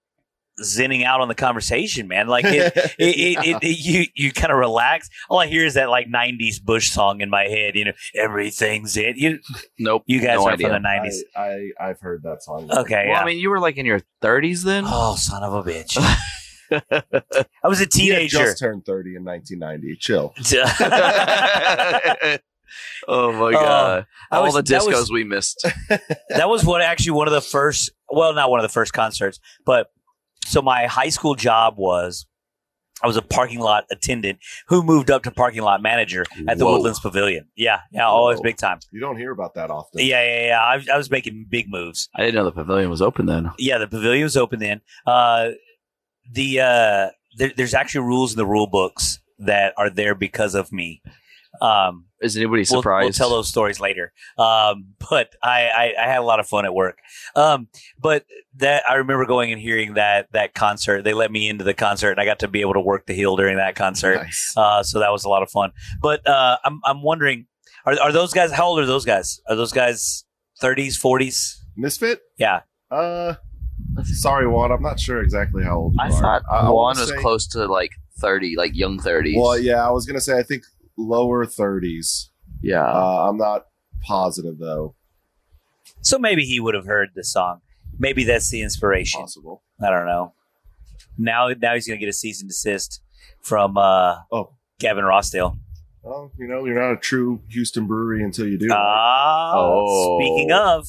S3: zenning out on the conversation, man. Like it,
S4: [LAUGHS]
S3: it, it, it, it- you you kind of relax. All I hear is that like '90s Bush song in my head. You know, everything's it. You
S5: Nope.
S3: you guys
S5: no
S3: are
S5: idea.
S3: from the '90s.
S4: I, I I've heard that song.
S3: okay,
S5: well,
S3: yeah.
S5: I mean, you were like in your 30s then.
S3: oh, [LAUGHS] son of a bitch. I was a
S4: He had
S3: teenager.
S4: just turned thirty in 1990. Chill.
S5: [LAUGHS] oh my god!
S3: Uh, I
S5: All
S3: was-
S5: the
S3: that
S5: discos
S3: was-
S5: we missed.
S3: [LAUGHS] that was one actually one of the first well not one of the first concerts but so my high school job was i was a parking lot attendant who moved up to parking lot manager at the
S5: Whoa.
S3: woodlands pavilion yeah yeah always
S4: Whoa.
S3: big time
S4: You don't hear about that often.
S3: yeah yeah yeah I, I was making big moves
S5: I didn't know the pavilion was open then.
S3: yeah the pavilion was open then uh the uh there, there's actually rules in the rule books that are there because of me um
S5: Is anybody
S3: We'll- We'll,
S5: surprised?
S3: tell those stories later. Um, but I, I, I had a lot of fun at work. Um, but that I remember going and hearing that that concert. They let me into the concert, and I got to be able to work the heel during that concert.
S4: Nice.
S3: Uh, so that was a lot of fun. But uh, I'm I'm wondering, are are those guys? How old are those guys? Are those guys 30s, 40s?
S4: Misfit.
S3: Yeah.
S4: Uh, sorry, Juan. I'm not sure exactly how old. You
S5: I
S4: are.
S5: thought
S4: I
S5: Juan
S4: wanna
S5: was
S4: say-
S5: close to like 30, like young 30s.
S4: Well, yeah. I was gonna say I think lower 30s.
S5: yeah.
S4: Uh, I'm not positive though.
S3: So maybe he would have heard the song. Maybe that's the inspiration.
S4: Possible.
S3: I don't know. Now now he's gonna get a cease and desist from uh,
S4: Oh.
S3: Gavin Rossdale.
S4: Well, you know, you're not a true Houston brewery until you do.
S5: Uh,
S3: Ah,
S5: Oh.
S3: speaking of,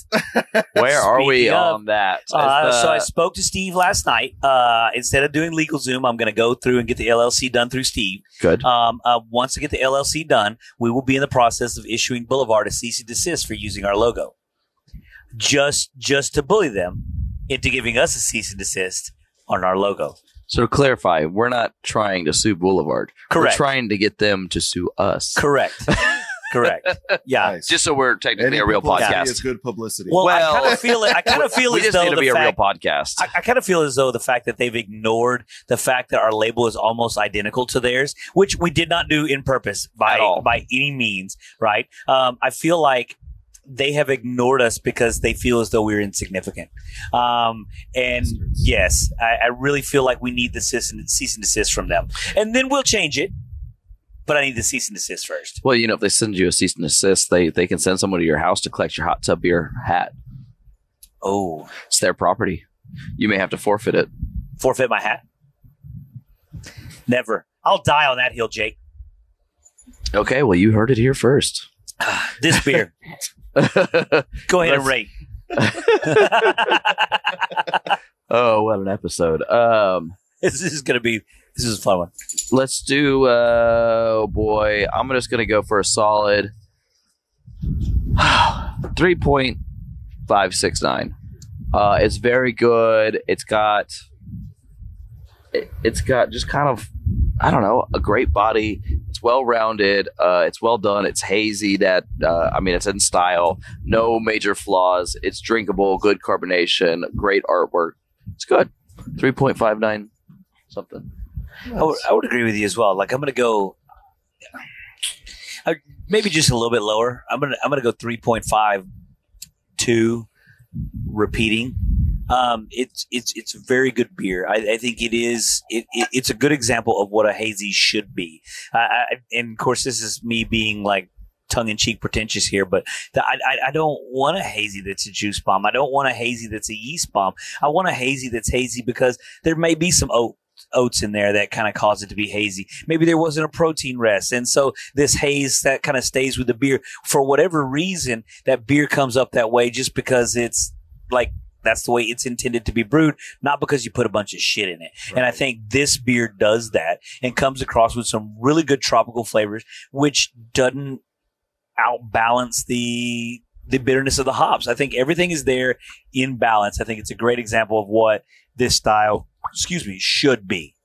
S5: [LAUGHS] Where are we
S3: speaking of-
S5: on that? Is
S3: uh, so I
S5: the-
S3: spoke to Steve last night. Uh, instead of doing legal Zoom, I'm going to go through and get the LLC done through Steve.
S5: good.
S3: Um, uh, once I get the LLC done, we will be in the process of issuing Boulevard a cease and desist for using our logo, just just to bully them into giving us a cease and desist on our logo.
S5: So to clarify, we're not trying to sue Boulevard.
S3: Correct.
S5: We're trying to get them to sue us.
S3: Correct. Correct.
S5: [LAUGHS]
S3: Yeah.
S4: Nice.
S5: Just so we're technically
S4: Any
S5: a real
S4: publicity
S5: podcast.
S4: Is good publicity.
S3: Well, I kind
S5: Well-
S3: of feel it. I kind of feel
S5: [LAUGHS] we
S3: as
S5: just
S3: though
S5: need to
S3: the
S5: be a real
S3: fact
S5: podcast.
S3: I, I kind of feel as though the fact that they've ignored the fact that our label is almost identical to theirs, which we did not do in purpose by
S5: At all.
S3: by any means, right? Um, I feel like they have ignored us because they feel as though we're insignificant. Um, and
S4: Bastards.
S3: yes, I, I really feel like we need the cease and, cease and desist from them, and then we'll change it. But I need the cease and desist first.
S5: well, you know, if they send you a cease and desist, they they can send someone to your house to collect your hot tub beer hat.
S3: Oh,
S5: It's their property. You may have to forfeit it.
S3: forfeit my hat. Never. I'll die on that hill, Jake.
S5: Okay, well, you heard it here first. [LAUGHS]
S3: This beer. Go ahead and
S5: Let's-
S3: rate.
S5: oh, what an episode. Um,
S3: this is going to be this is a fun one.
S5: let's do. Uh, oh boy, I'm just gonna go for a solid [SIGHS] three point five six nine. Uh, it's very good. It's got. It, it's got just kind of, I don't know, a great body. It's well rounded. Uh, it's well done. It's hazy. That uh, I mean, it's in style. No major flaws. It's drinkable. Good carbonation. Great artwork. It's good. Three point five nine, something.
S3: I would, I would agree with you as well. Like I'm going to go I, maybe just a little bit lower. I'm going to I'm going to go 3.5 two repeating. Um, it's it's it's a very good beer. I, I think it is. It, it, it's a good example of what a hazy should be. I, I, and of course, this is me being like tongue in cheek pretentious here, but the, I, I, I don't want a hazy that's a juice bomb. I don't want a hazy that's a yeast bomb. I want a hazy that's hazy because there may be some oat oats in there that kind of caused it to be hazy. Maybe there wasn't a protein rest. And so this haze that kind of stays with the beer for whatever reason that beer comes up that way just because it's like that's the way it's intended to be brewed, not because you put a bunch of shit in it. And I think this beer does that and comes across with some really good tropical flavors, which doesn't outbalance the the bitterness of the hops. I think everything is there in balance. I think it's a great example of what this style, excuse me, should be.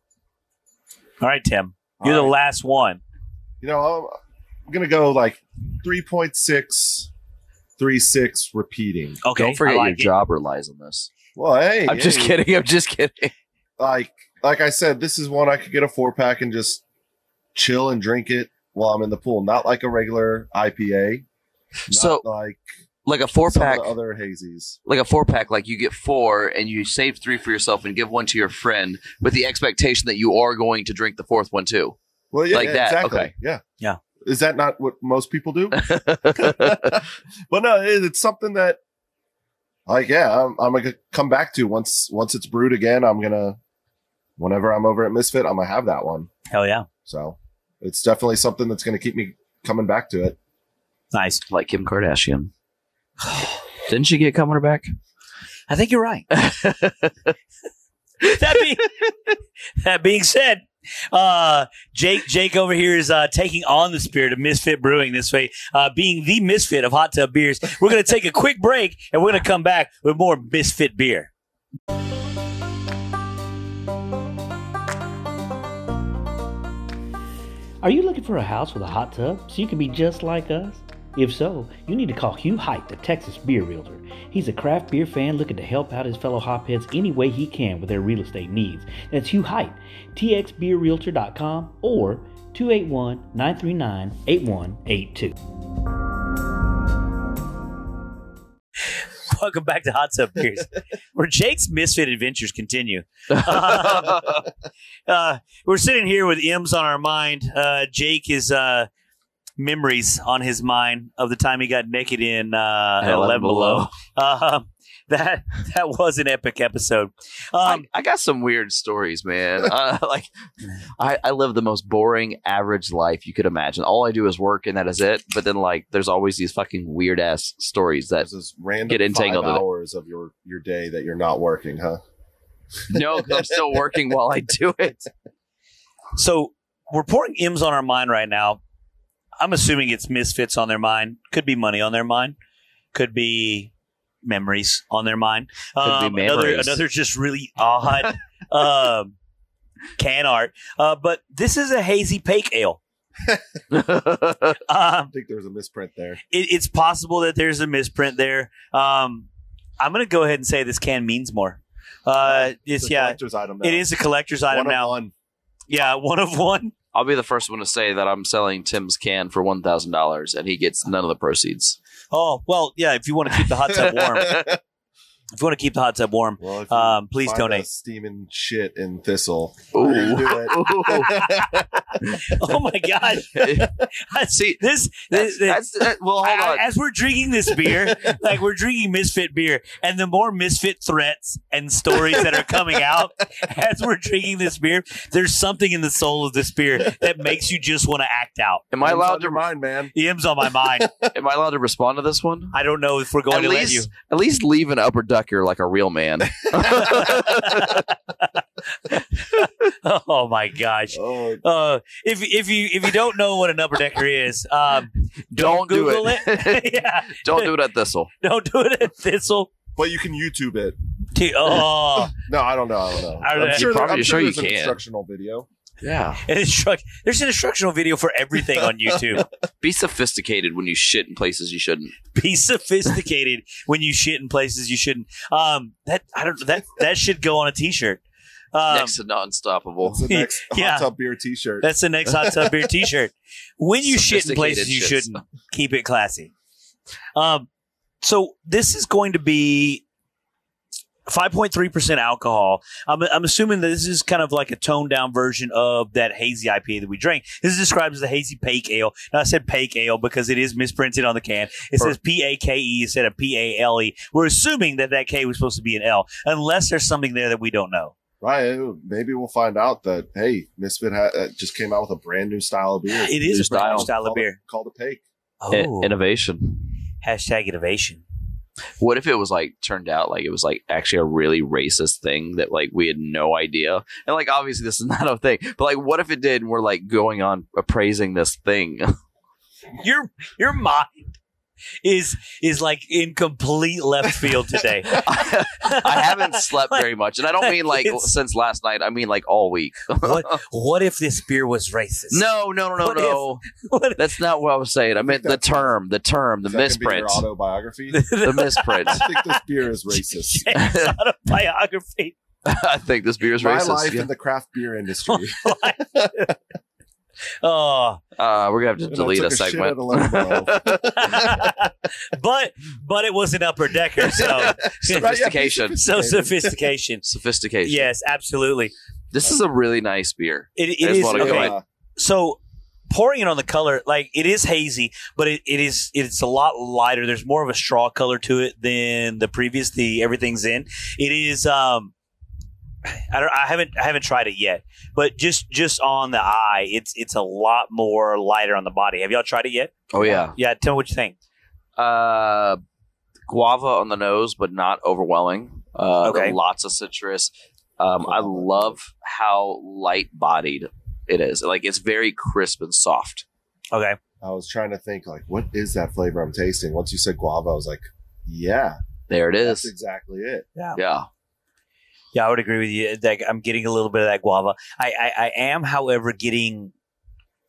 S3: All right, Tim, you're
S4: All
S3: the
S4: right.
S3: last one.
S4: You know, I'm- I'm gonna go like 3.6, 36 repeating.
S3: Okay,
S5: Don't forget
S3: I like it.
S5: your job relies on this.
S4: Well, hey,
S5: I'm just
S4: hey,
S5: kidding. I'm just kidding. [LAUGHS]
S4: Like, like I said, this is one I could get a four pack and just chill and drink it while I'm in the pool. Not like a regular IPA. Not
S5: So,
S4: like
S5: Like a four
S4: some of
S5: pack,
S4: the other hazies.
S5: like a four pack, like you get four and you save three for yourself and give one to your friend with the expectation that you are going to drink the fourth one too.
S4: Well, yeah,
S5: Like
S4: yeah,
S5: that,
S4: exactly.
S5: okay.
S4: Yeah,
S3: Yeah.
S4: Is that not what most people
S5: [LAUGHS]
S4: do? [LAUGHS] but no, it, it's something that, like, yeah, I'm, I'm gonna come back to once once it's brewed again. I'm gonna, whenever I'm over at Misfit, I'm gonna have that one.
S3: Hell yeah,
S4: So it's definitely something that's gonna keep me coming back to it.
S3: nice.
S5: like Kim Kardashian. [SIGHS] Didn't she get Cumber back?
S3: I think you're
S5: [LAUGHS]
S3: right. [LAUGHS] that being that being said, uh, Jake Jake over here is uh, taking on the spirit of Misfit Brewing this way, uh, being the misfit of hot tub beers. We're gonna take a quick break and we're gonna come back with more Misfit beer.
S1: Are you looking for a house with a hot tub so you can be just like us? If so, you need to call Hugh Height, the Texas beer realtor. He's a craft beer fan looking to help out his fellow hopheads any way he can with their real estate needs. That's Hugh Height, txbeerrealtor.com or 281 939 8182.
S3: [LAUGHS] Welcome back to Hot Tub Beers, where Jake's Misfit adventures continue. Um, [LAUGHS] uh, we're sitting here with M's on our mind. Uh, Jake is uh, memories on his mind of the time he got naked in uh,
S5: At
S3: 11 Below. [LAUGHS] Uh, that that was an epic episode. Um,
S5: I, I got some weird stories, man. [LAUGHS] Uh, like, I, I live the most boring, average life you could imagine. All I do is work, and that is it. But then, like, there's always these fucking weird ass stories that
S4: This is random
S5: Get entangled
S4: five
S5: with it.
S4: hours of your your day that you're not working, huh?
S5: no, 'cause I'm still working while I do it.
S3: so we're pouring M's on our mind right now. I'm assuming it's misfits on their mind. Could be money on their mind. Could be memories on their mind. Um,
S5: Could be
S3: Another,
S5: memories.
S3: another just really
S5: [LAUGHS]
S3: odd um, can art. Uh, but this is a hazy pake ale. Um,
S4: I think there's a misprint there.
S3: it, it's possible that there's a misprint there. Um, I'm gonna go ahead and say this can means more. Uh, it's
S4: a
S3: yeah,
S4: collector's item. Now.
S3: it is a collector's
S4: One
S3: item
S4: of
S3: now.
S4: one.
S3: Yeah, one of one.
S5: [LAUGHS] I'll be the first one to say that I'm selling Tim's can for one thousand dollars, and he gets none of the proceeds.
S3: Oh well, yeah. If you want to keep the hot tub
S5: [LAUGHS]
S3: warm, if you want to keep the hot tub warm,
S4: Well, if you
S3: um, please
S4: find
S3: donate.
S4: us steaming shit in Thistle. we're gonna
S5: [LAUGHS] Ooh.
S4: do it.
S3: [LAUGHS] Oh my gosh!
S5: See,
S3: This,
S5: that's,
S3: this, this
S5: that's, that- well, hold
S3: I-
S5: on.
S3: I- as we're drinking this
S5: [LAUGHS]
S3: beer, like we're drinking misfit beer, and the more misfit threats and stories that are coming out [LAUGHS] as we're drinking this beer, there's something in the soul of this beer that makes you just want to act out.
S5: Am I
S4: Comes
S5: allowed
S4: on your
S5: to?
S4: mind, man?
S3: M's on my mind.
S5: Am I allowed to respond to this one?
S3: I don't know if we're going
S5: at
S3: to
S5: least, at least leave an upper ducker like a real man.
S3: let you. [LAUGHS] Oh my gosh.
S4: Oh,
S3: Uh, if if you if you don't know what an upper decker is, um,
S5: [LAUGHS] Don't do
S3: Google
S5: it.
S3: [LAUGHS] yeah,
S5: [LAUGHS] Don't do it at Thistle.
S3: don't do it at Thistle.
S4: but you can YouTube it.
S3: T- Oh,
S4: No, I don't know. I don't know.
S3: I don't know.
S5: You're probably
S4: I'm
S5: sure you
S4: there's an
S5: can.
S4: instructional video.
S5: Yeah.
S3: an instruct- There's an instructional video for everything on YouTube.
S5: Be sophisticated when you shit in places you shouldn't.
S3: be sophisticated when you shit in places you shouldn't. Um, that I don't that that should go on a t-shirt. Um,
S5: Next to not
S3: [LAUGHS]
S5: unstoppable.
S4: That's the next
S3: Yeah.
S4: hot tub beer
S3: [LAUGHS]
S4: T-shirt.
S3: that's the next hot tub beer t-shirt. When you shit in places you
S5: Sophisticated shits.
S3: shouldn't, keep it classy. Um, so this is going to be 5.3% alcohol. I'm, I'm assuming that this is kind of like a toned down version of that hazy IPA that we drank. This is described as the hazy Pake Ale. Now, I said Pake Ale because it is misprinted on the can. It says P A K E instead of P A L E. We're assuming that that K was supposed to be an L, unless there's something there that we don't know.
S4: Right. Maybe we'll find out that hey, Misfit ha- uh, just came out with a brand new style of beer.
S3: It is
S5: New
S3: a brand new style
S5: style.
S3: of
S4: Called it-
S3: beer.
S4: called a pake.
S5: I-
S3: Oh,
S5: innovation.
S3: hashtag innovation.
S5: What if it was like turned out like it was like actually a really racist thing that like we had no idea? And like obviously this is [LAUGHS] not a thing, but like what if it did and we're like going on appraising this thing? [LAUGHS]
S3: Your your mind is is like in complete left field today.
S5: I haven't slept very much, and I don't mean like
S3: It's-
S5: since last night. I mean like all week.
S3: what what if this beer was racist?
S5: No, no, no, no,
S3: What if-
S5: no.
S3: [LAUGHS] What-
S5: That's not what I was saying. I meant the
S4: That's-
S5: term, the term, the
S4: Is that gonna be your
S3: [LAUGHS]
S5: misprint,
S4: autobiography.
S5: the
S4: [LAUGHS]
S5: misprint. [LAUGHS]
S4: I think this beer is racist.
S3: James autobiography.
S5: I think this beer is
S4: My
S5: racist.
S4: life
S5: Yeah.
S4: in the craft beer industry.
S3: Oh,
S5: Uh, we're gonna have to
S4: And I
S5: [LAUGHS] delete a
S4: took a shit
S5: segment.
S4: at
S5: [LAUGHS]
S4: 11
S3: [LAUGHS] but but it was an upper decker,
S5: [LAUGHS]
S3: so
S5: Sophistication,
S3: so sophistication.
S5: sophistication.
S3: Yes, absolutely.
S5: this is a really nice beer.
S3: It,
S5: I
S3: it
S5: just
S3: is
S5: wanna go
S3: okay.
S5: ahead.
S3: So pouring it on the color, like it is hazy, but it, it is it's a lot lighter. There's more of a straw color to it than the previous. The everything's in. It is. um I don't. I haven't. I haven't tried it yet. But just just on the eye, it's it's a lot more lighter on the body. Have y'all tried it yet?
S5: Oh yeah,
S3: Yeah. Tell me what you think.
S5: uh, guava on the nose, but not overwhelming. Uh,
S3: Okay.
S5: lots of citrus. Um, I love how light bodied it is. Like it's very crisp and soft.
S3: Okay.
S4: I was trying to think like, what is that flavor I'm tasting? Once you said guava, I was like, yeah,
S5: There it
S4: that's
S5: is.
S4: exactly it.
S5: Yeah.
S3: Yeah, I would agree with you. That I'm getting a little bit of that guava. I, I, I am, however, getting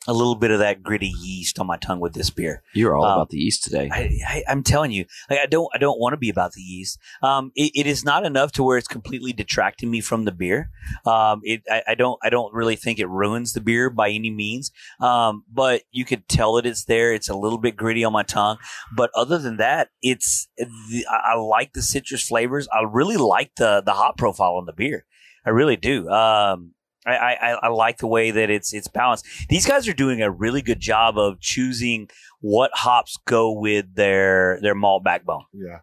S3: a little bit of that gritty yeast on my tongue with this beer.
S5: You're all
S3: Um,
S5: about the yeast today.
S3: I, I, I'm telling you, like, I don't I don't want to be about the yeast. Um, it, it is not enough to where it's completely detracting me from the beer. Um, it I, I don't I don't really think it ruins the beer by any means. Um, but you could tell that it's there. It's a little bit gritty on my tongue, but other than that, it's the, I I like the citrus flavors. I really like the the hop profile on the beer. I really do. Um, I, I, I- I like the way that it's it's balanced. These guys are doing a really good job of choosing what hops go with their their malt backbone.
S4: Yeah.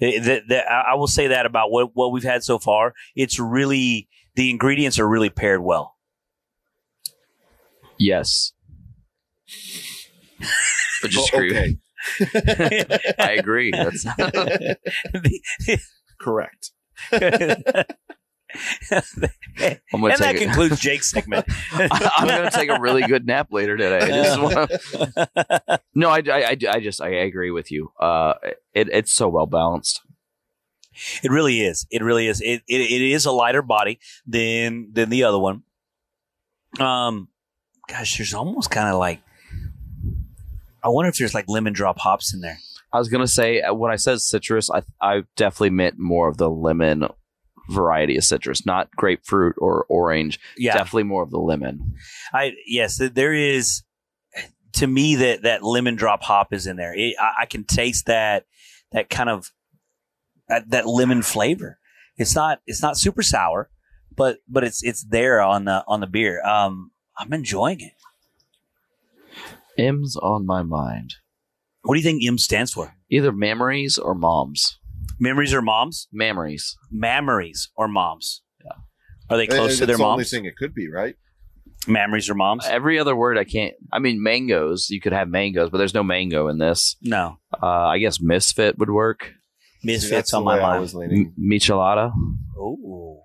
S3: Th- th- th- I I will say that about what what we've had so far. It's really the ingredients are really paired well. [LAUGHS]
S5: Yes. I just
S4: Oh,
S5: agree.
S4: okay.
S5: I agree. That's [LAUGHS]
S4: Correct.
S5: I'm gonna
S3: and that
S5: take. it.
S3: concludes Jake's segment.
S5: [LAUGHS] I'm gonna take a really good nap later today. I just wanna-
S3: [LAUGHS]
S5: no, I, I, I, I just I agree with you. Uh, it, it's so well balanced.
S3: It really is. It really is. It, it it is a lighter body than than the other one. Um, gosh, there's almost kind of like. I wonder if there's like lemon drop hops in there.
S5: I was gonna say uh, when I said citrus, I I definitely meant more of the lemon variety of citrus, not grapefruit or orange.
S3: Yeah,
S5: Definitely more of the lemon.
S3: I yes, th- there is. To me, that that lemon drop hop is in there. It, I, I can taste that that kind of that, that lemon flavor. It's not it's not super sour, but but it's it's there on the on the beer. Um, I'm enjoying it.
S5: M's on my mind.
S3: What do you think M stands for?
S5: Either memories or moms.
S3: Memories or moms?
S5: Memories.
S3: Mammaries or moms?
S5: Yeah.
S3: Are they close
S4: It's
S3: to their
S4: the only
S3: moms?
S4: thing it could be, right?
S3: Mammaries or moms?
S5: Every other word I can't. I mean, mangoes. You could have mangoes, but there's no mango in this.
S3: no.
S5: Uh, I guess misfit would work.
S4: See,
S3: Misfits
S4: that's
S3: on
S4: the
S3: my
S4: way I
S3: mind.
S4: was leaning.
S5: M- michelada.
S3: Ooh.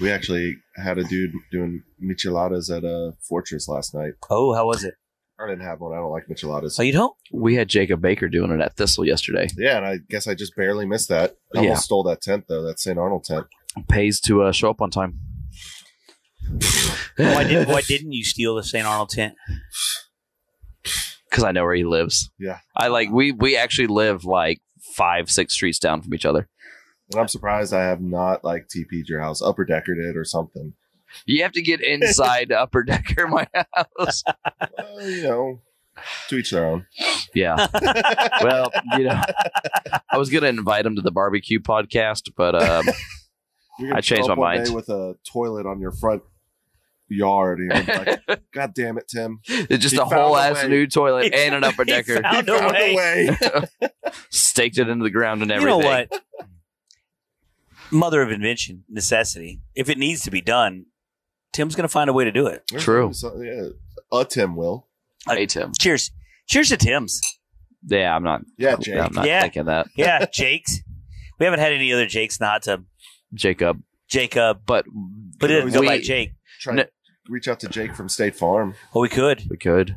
S4: We actually had a dude doing micheladas at a fortress last night.
S3: Oh, how was it?
S4: I didn't have one. I don't like micheladas.
S3: So you
S4: [LAUGHS]
S3: don't?
S5: We had Jacob Baker doing it at Thistle yesterday.
S4: yeah, and I guess I just barely missed that. I
S5: Yeah.
S4: almost stole that tent though, that St. Arnold tent.
S5: Pays to uh, show up on time.
S3: Why, did, why didn't you steal the St. Arnold tent?
S5: Because I know where he lives.
S4: Yeah.
S5: I like we we actually live like five six streets down from each other.
S4: And I'm surprised I have not like TP'd your house, upper deckered it or something. [LAUGHS]
S5: You have to get inside Upper Decker my house.
S4: Well, you know, To each their own.
S5: [LAUGHS] Yeah. well, you know, I was gonna invite him to the barbecue podcast, but um,
S4: You're gonna
S5: I changed
S4: show up
S5: my
S4: one
S5: mind.
S4: day with a toilet on your front yard, and you're gonna be like,
S5: [LAUGHS]
S4: "God damn it, Tim!
S5: it's just
S4: He
S5: a
S4: found
S5: whole
S4: a
S5: ass
S4: way.
S5: new toilet
S3: He
S5: and an
S3: [LAUGHS]
S5: upper
S3: he
S5: decker,
S4: You
S3: Found a
S4: found
S3: way.
S4: a way."
S5: [LAUGHS] staked it into the ground and
S3: You
S5: everything.
S3: know what? Mother of invention, necessity. If it needs to be done, Tim's going to find a way to do it.
S5: True.
S4: So, yeah, a Tim will.
S5: I hate him.
S3: Cheers. Cheers to Tim's.
S5: Yeah, I'm not.
S4: Yeah, Jake.
S5: I'm not
S3: Yeah.
S5: thinking that, [LAUGHS]
S3: Yeah, Jake's. We haven't had any other Jake's not to
S5: Jacob.
S3: Jacob,
S5: But
S3: but it doesn't go
S5: we,
S3: by Jake.
S4: Try
S5: No.
S4: reach out to Jake from State Farm.
S3: Well, we could.
S5: We could.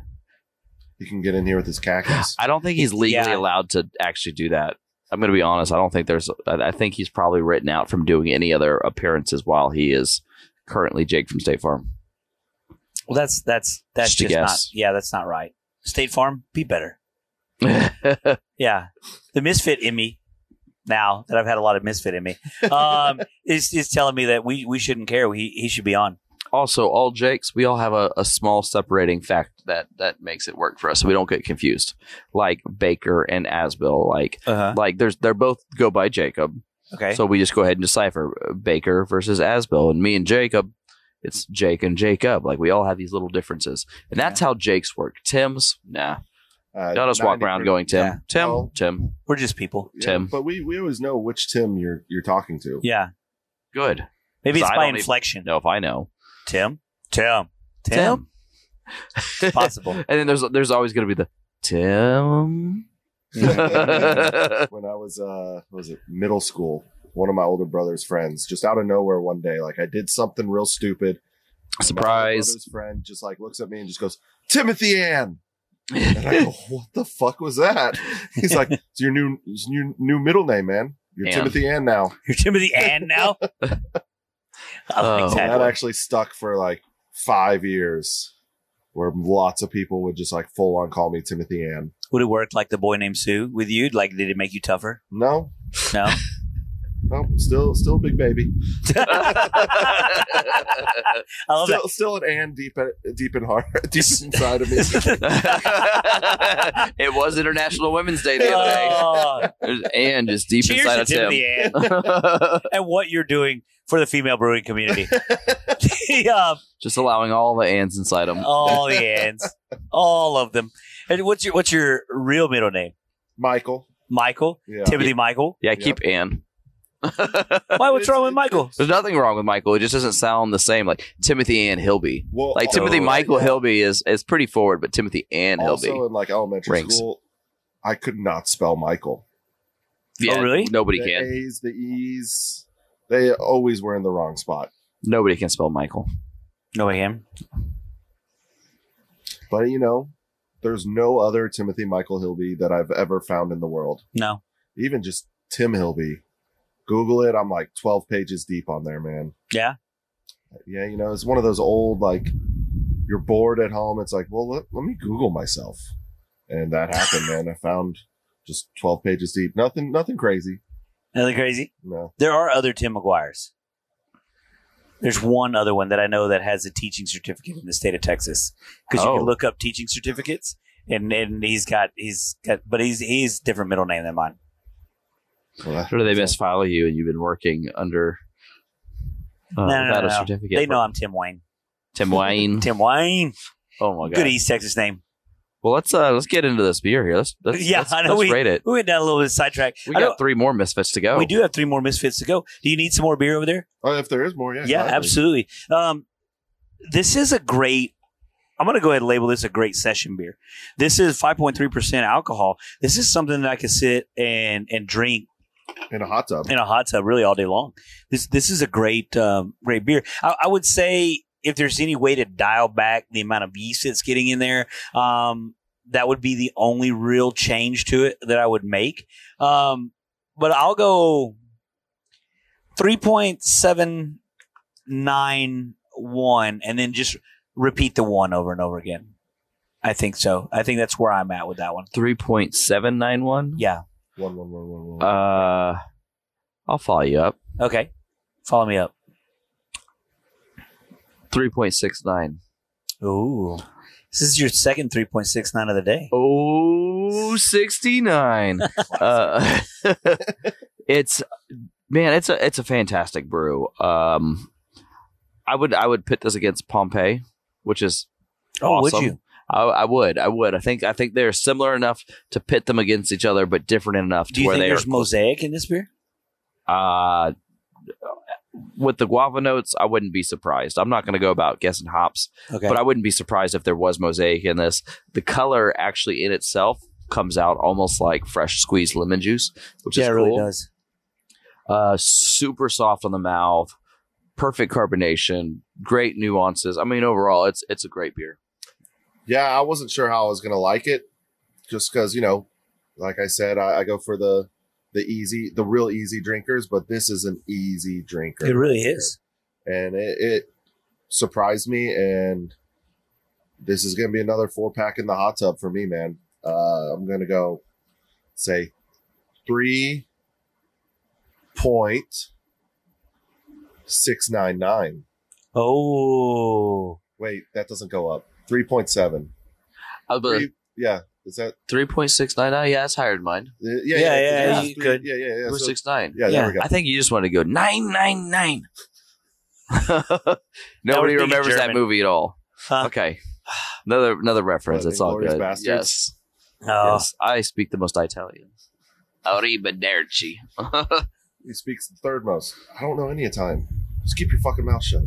S4: He can get in here with his cactus.
S5: I don't think he's legally
S3: Yeah.
S5: allowed to actually do that. I'm going to be honest. I don't think there's. I I think he's probably written out from doing any other appearances while he is currently Jake from State Farm.
S3: Well, that's that's that's
S5: Just a
S3: just,
S5: guess.
S3: not. Yeah, that's not right. State Farm, be better.
S5: [LAUGHS]
S3: Yeah, the misfit in me now that I've had a lot of misfit in me
S5: [LAUGHS]
S3: um, is is telling me that we we shouldn't care. We, he should be on.
S5: also, all Jakes, we all have a, a small separating fact that that makes it work for us, so we don't get confused. Like Baker and Asbill, like
S3: Uh-huh.
S5: like there's they're both go by Jacob,
S3: Okay.
S5: so we just go ahead and decipher uh, Baker versus Asbill, and me and Jacob, it's Jake and Jacob. Like we all have these little differences, and that's how Jakes work. Tim's nah,
S4: Uh,
S5: Y'all just walk
S4: 90
S5: around going, Tim,
S3: Yeah.
S5: Tim,
S4: Well-
S5: Tim.
S3: we're just people.
S4: Yeah,
S5: Tim.
S4: But we, we always know which Tim you're you're talking to.
S3: Yeah.
S5: Good.
S3: Maybe
S5: So
S3: it's
S5: I
S3: by
S5: don't even-
S3: inflection.
S5: No, if I know.
S3: Tim. Tim. Tim. [LAUGHS] It's Possible.
S5: [LAUGHS] and then there's there's always going to be the Tim.
S4: [LAUGHS]
S5: [LAUGHS]
S4: when I was uh what was it middle school, one of my older brother's friends, just out of nowhere one day, like I did something real stupid. and my older
S3: [LAUGHS]
S5: Surprise.
S4: brother's friend just like looks at me and just goes, Timothy Ann. And I
S5: [LAUGHS]
S4: go, what the fuck was that? He's like, it's your new it's your new middle name, man. You're
S5: Ann.
S4: Timothy Ann now.
S3: You're Timothy and
S5: [LAUGHS]
S3: now. I like
S5: Oh.
S4: And
S3: that.
S4: that actually stuck for like five years, where lots of people would just like full on call me Timothy Ann.
S3: Would it work like the boy named Sue with you? Like, did it make you
S5: [LAUGHS]
S3: tougher? [LAUGHS]
S4: No, [LAUGHS]
S3: No.
S4: no, still still big baby.
S3: I love
S4: Still, still an Ann deep in- deep in heart, [LAUGHS] deep inside
S5: [LAUGHS]
S4: of me.
S3: that.
S5: it was International Women's Day the other day.
S3: Oh,
S5: There's Ann just deep
S3: cheers
S5: inside
S3: to
S5: of Tim.
S3: Timothy and, and what you're doing for the female brewing community. [LAUGHS] yeah,
S5: [LAUGHS] just allowing all the Anns inside him.
S3: all the ends, all of them. And what's your what's your real middle name?
S4: Michael.
S3: Michael,
S4: Yeah.
S3: Timothy Michael.
S5: Yeah, keep Ann. [LAUGHS]
S3: Why? What's wrong with Michael?
S5: There's nothing wrong with Michael. It just doesn't sound the same. Like Timothy Ann Hilby.
S4: Well,
S5: Like
S4: also-
S5: Timothy
S3: Oh,
S5: Michael
S4: yeah.
S5: Hilby is is pretty forward, but Timothy Ann
S4: Also
S5: Hilby.
S4: in like elementary
S5: Ranks.
S4: school, I could not spell Michael.
S5: Yeah,
S3: Oh, really?
S5: Nobody
S4: the
S5: can.
S4: A's, the E's, they always were in the wrong spot.
S5: Nobody can spell Michael.
S3: No, I am.
S4: But you know, there's no other Timothy Michael Hilby that I've ever found in the world.
S3: No.
S4: Even just Tim Hilby. Google it. I'm like 12 pages deep on there, man.
S3: Yeah.
S4: Yeah, you know, it's one of those old like you're bored at home. It's like, well, let, let me Google myself, and that happened, man. I found just 12 pages deep. Nothing, nothing crazy.
S3: Nothing crazy.
S4: No.
S3: There are other Tim McGuire's. There's one other one that I know that has a teaching certificate in the state of Texas because you
S5: Oh.
S3: can look up teaching certificates, and and he's got he's got, but he's he's different middle name than mine.
S4: Well, that-
S5: Or do they misfile you and you've been working under uh,
S3: No, no, no,
S5: without a
S3: no.
S5: certificate?
S3: they
S5: for-
S3: know I'm Tim Wayne.
S5: Tim
S3: [LAUGHS]
S5: Wayne.
S3: Tim Wayne,
S5: oh my god.
S3: good East Texas name.
S5: Well, let's uh let's get into this beer here. Let's, let's
S3: Yeah,
S5: let's,
S3: I know
S5: let's rate it.
S3: We went down a little bit of sidetrack.
S5: We
S3: I
S5: got
S3: don't-
S5: three oh. more misfits to go.
S3: We do have three more misfits to go. Do you need some more beer over there?
S4: oh, if there is more, yeah,
S3: yeah,
S4: gladly.
S3: absolutely. Um, this is a great. I'm going to go ahead and label this a great session beer. This is 5.3 percent alcohol. This is something that I could sit and and drink
S4: In a hot tub,
S3: in a hot tub really all day long. This this is a great um, great beer. I, I would say if there's any way to dial back the amount of yeast that's getting in there, um, that would be the only real change to it that I would make. Um, but I'll go three point seven nine one, and then just repeat the one over and over again. I think so. I think that's where I'm at with that one.
S5: three point seven nine one.
S3: Yeah.
S4: one, one, one, one, one.
S5: Uh, I'll follow you up.
S3: Okay. Follow me up.
S5: Three point six nine.
S3: Ooh. This is your second 3.69 of the day. [LAUGHS]
S5: Oh, 69. uh, [LAUGHS] it's man, it's a it's a fantastic brew. Um I would I would pit this against Pompeii, which is awesome.
S3: Oh, would you?
S5: I, I would, I would. I think I think they're similar enough to pit them against each other, but different enough to
S3: Do you
S5: where
S3: think
S5: they are
S3: there's mosaic in this beer?
S5: uh, with the guava notes, I wouldn't be surprised. I'm not going to go about guessing hops,
S3: Okay.
S5: but I wouldn't be surprised if there was mosaic in this. The color actually in itself comes out almost like fresh squeezed lemon juice, which
S3: yeah,
S5: is
S3: it
S5: cool.
S3: really does.
S5: Uh, super soft on the mouth, perfect carbonation, great nuances. I mean, overall, it's it's a great beer.
S4: yeah, I wasn't sure how I was gonna like it, just because you know, like I said, I, I go for the the easy, the real easy drinkers, but this is an easy drinker.
S3: It really is.
S4: and it, it surprised me. And this is gonna be another four pack in the hot tub for me, man. Uh, I'm gonna go say three point six nine nine.
S3: Oh,
S4: Wait, that doesn't go up. Three point seven.
S5: Uh, but
S4: Three- yeah, is that?
S5: three point six nine nine, yeah, that's higher than mine.
S4: Yeah, yeah,
S3: Yeah,
S4: yeah.
S3: yeah,
S4: yeah,
S3: you
S4: three-
S3: could.
S4: yeah, yeah, yeah.
S5: Three
S4: So-
S5: six nine.
S4: yeah,
S3: Yeah.
S4: there we go.
S5: I think you just want to go nine nine nine. [LAUGHS] Nobody
S3: being
S5: remembers that
S3: German.
S5: movie at all.
S3: Huh?
S5: Okay, another another reference.
S4: What,
S5: It's all
S4: Inglourious
S5: good.
S4: Basterds?
S5: Yes,
S3: Oh.
S5: yes. I speak the most Italian.
S4: [LAUGHS]
S5: Arrivederci.
S4: He speaks the third most. I don't know any Italian. Just keep your fucking mouth shut.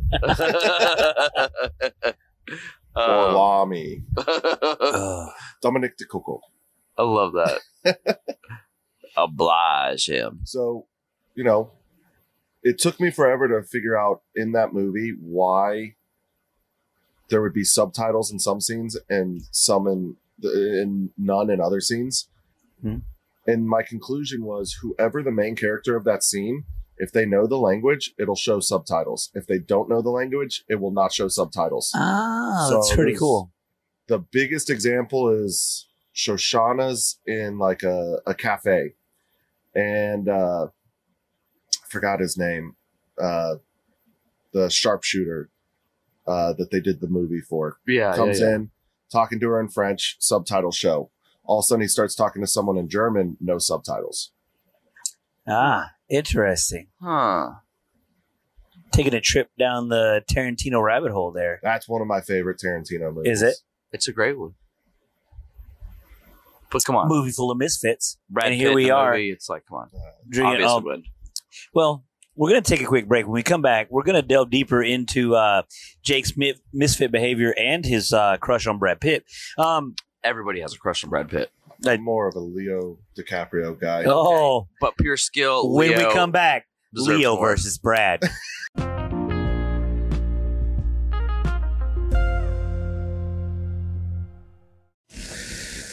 S5: Um,
S4: Orlami.
S3: Ugh.
S4: Dominic de Coco.
S5: [LAUGHS] I love that.
S4: [LAUGHS]
S5: Oblige him.
S4: So, you know, it took me forever to figure out in that movie why there would be subtitles in some scenes and some in, in none in other scenes.
S3: Hmm.
S4: And my conclusion was whoever the main character of that scene, if they know the language, it'll show subtitles. If they don't know the language, it will not show subtitles.
S3: Ah,
S4: So
S3: that's pretty
S4: there's-
S3: cool.
S4: the biggest example is Shoshana's in like a, a cafe and uh I forgot his name uh the sharpshooter uh that they did the movie for
S3: Ah,
S5: Yeah,
S4: comes
S5: yeah, yeah.
S4: in talking to her in French subtitle show all of a sudden he starts talking to someone in German no subtitles
S3: Ah, interesting.
S5: Huh.
S3: Taking a trip down the Tarantino rabbit hole there.
S4: that's one of my favorite Tarantino
S3: Is
S4: movies
S3: it?
S5: It's a great one. But come on,
S3: Movie full of misfits.
S5: Brad
S3: and
S5: Pitt
S3: here
S5: in
S3: we
S5: the
S3: are.
S5: movie, it's like, come on,
S3: Drinking,
S5: obviously
S3: um,
S5: would.
S3: well, we're going to take a quick break. When we come back, we're going to delve deeper into uh, Jake's mi- misfit behavior and his uh, crush on Brad Pitt. Um,
S5: Everybody has a crush on Brad Pitt.
S4: I'm more of a Leo DiCaprio guy
S3: oh,
S5: But pure skill.
S3: when
S5: Leo
S3: we come back,
S5: deserves
S3: Leo
S5: more.
S3: versus
S5: [LAUGHS]
S3: Brad.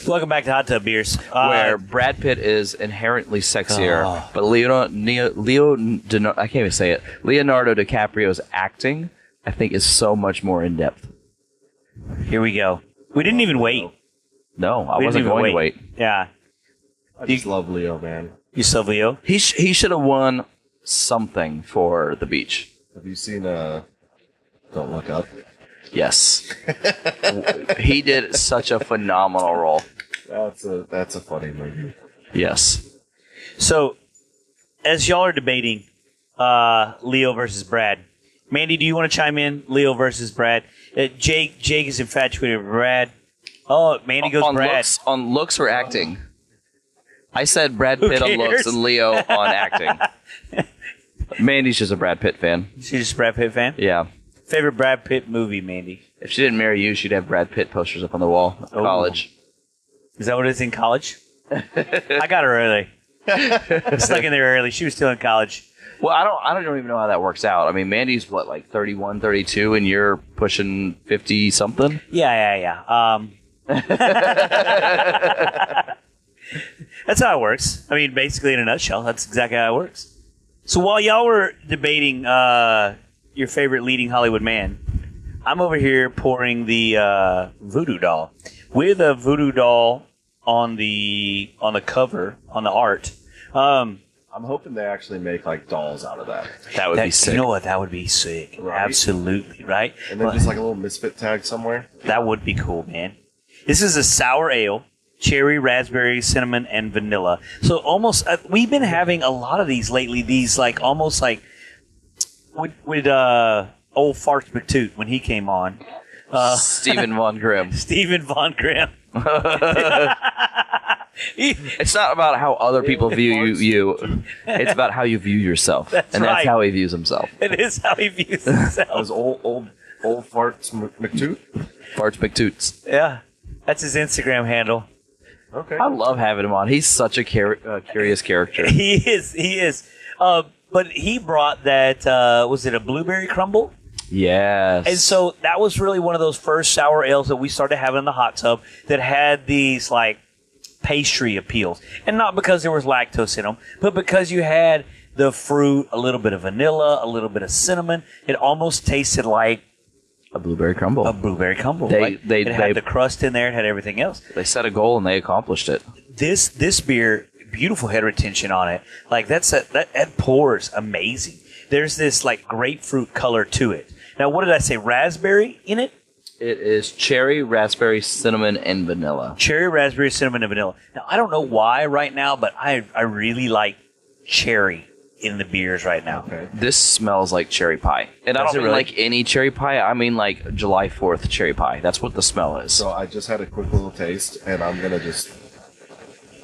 S3: Welcome back to Hot Tub Beers. Uh,
S5: where Brad Pitt is inherently sexier,
S3: Oh.
S5: but Leo, Neo, Leo, Dino- I can't even say it. Leonardo DiCaprio's acting, I think, is so much more in depth.
S3: here we go. We didn't even wait.
S5: No, I
S3: We didn't
S5: wasn't
S3: even
S5: going to wait.
S3: Yeah,
S6: I just love Leo, man.
S3: you still Leo?
S5: He sh- he should have won something for the beach.
S6: Have you seen uh Don't Look Up?
S3: [LAUGHS]
S5: Yes, he did such a phenomenal role.
S6: That's a that's a funny movie.
S5: Yes,
S3: So, as y'all are debating uh, Leo versus Brad, Mandy, do you want to chime in? Leo versus Brad. Uh, Jake, Jake is infatuated with Brad. Oh, Mandy goes
S5: on
S3: Brad.
S5: looks on looks or acting. I said Brad Pitt on looks
S3: cares?
S5: and Leo on
S3: [LAUGHS]
S5: acting. Mandy's just a Brad Pitt fan.
S3: She's just a Brad Pitt fan.
S5: Yeah.
S3: Favorite Brad Pitt movie, Mandy?
S5: If she didn't marry you, she'd have Brad Pitt posters up on the wall at
S3: Oh.
S5: college.
S3: Is that what it's in college? I got her early. Stuck in there early. She was still in college.
S5: Well, I don't I don't even know how that works out. I mean, Mandy's what like 31, 32 and you're pushing 50 something?
S3: Yeah, yeah, yeah. Um, that's how it works. I mean, basically, in a nutshell, that's exactly how it works. So while y'all were debating uh, your favorite leading Hollywood man, I'm over here pouring the uh, voodoo doll with a voodoo doll on the on the cover on the art. Um,
S4: I'm hoping they actually make like dolls out of that,
S5: That would
S3: That-
S5: be sick.
S3: You know what? That would be sick.
S4: Right?
S3: Absolutely, right?
S4: and then just like a little misfit tag somewhere.
S3: That would be cool, man. This is a sour ale, cherry, raspberry, cinnamon, and vanilla. So almost uh, we've been having a lot of these lately. These like almost like with with uh, old Farts McToot when he came on. [LAUGHS] Uh, [LAUGHS]
S5: Stephen Von Grimm.
S3: Stephen Von
S4: [LAUGHS]
S3: Graham. [LAUGHS] He-
S5: It's not about how other people view you.
S3: [LAUGHS]
S5: you. It's about how you view yourself,
S3: That's
S5: and that's
S3: right.
S5: how he views himself.
S3: it is how he views
S4: That was
S3: himself.
S4: old, old, old farts Mc- McToot.
S5: Farts McToots.
S3: Yeah, that's his Instagram handle.
S4: Okay.
S5: I love having him on. He's such a cur- uh, curious
S3: [LAUGHS]
S5: character.
S3: He is. He is. Uh, but he brought that. Uh, was it a blueberry crumble?
S5: Yes.
S3: And so that was really one of those first sour ales that we started having in the hot tub that had these like pastry appeals. And not because there was lactose in them, but because you had the fruit, a little bit of vanilla, a little bit of cinnamon. It almost tasted like
S5: a blueberry crumble.
S3: a blueberry crumble.
S5: They-
S3: Like,
S5: they-
S3: it had
S5: they-
S3: the crust in there, it had everything else.
S5: they set a goal and they accomplished it.
S3: This this beer, beautiful head retention on it. Like that's a, that that pours amazing. There's this like grapefruit color to it. Now what did I say? Raspberry in it?
S5: It is cherry, raspberry, cinnamon, and vanilla.
S3: cherry, raspberry, cinnamon, and vanilla. Now I don't know why right now, but I I really like cherry in the beers right now.
S4: okay.
S5: This smells like cherry pie, and I
S3: Does
S5: don't
S3: it
S5: mean
S3: really?
S5: like any cherry pie. I mean like July Fourth cherry pie. That's what the smell is.
S4: So I just had a quick little taste, and I'm gonna just.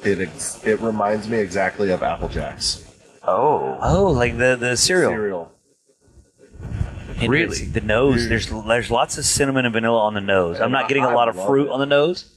S4: It ex- it reminds me exactly of Apple Jacks
S5: oh,
S3: Oh, like the the cereal.
S4: cereal.
S3: Interesting.
S5: Really?
S3: the nose. There's there's lots of cinnamon and vanilla on the nose. I'm not getting a lot of
S4: I love
S3: fruit
S4: it.
S3: on the nose.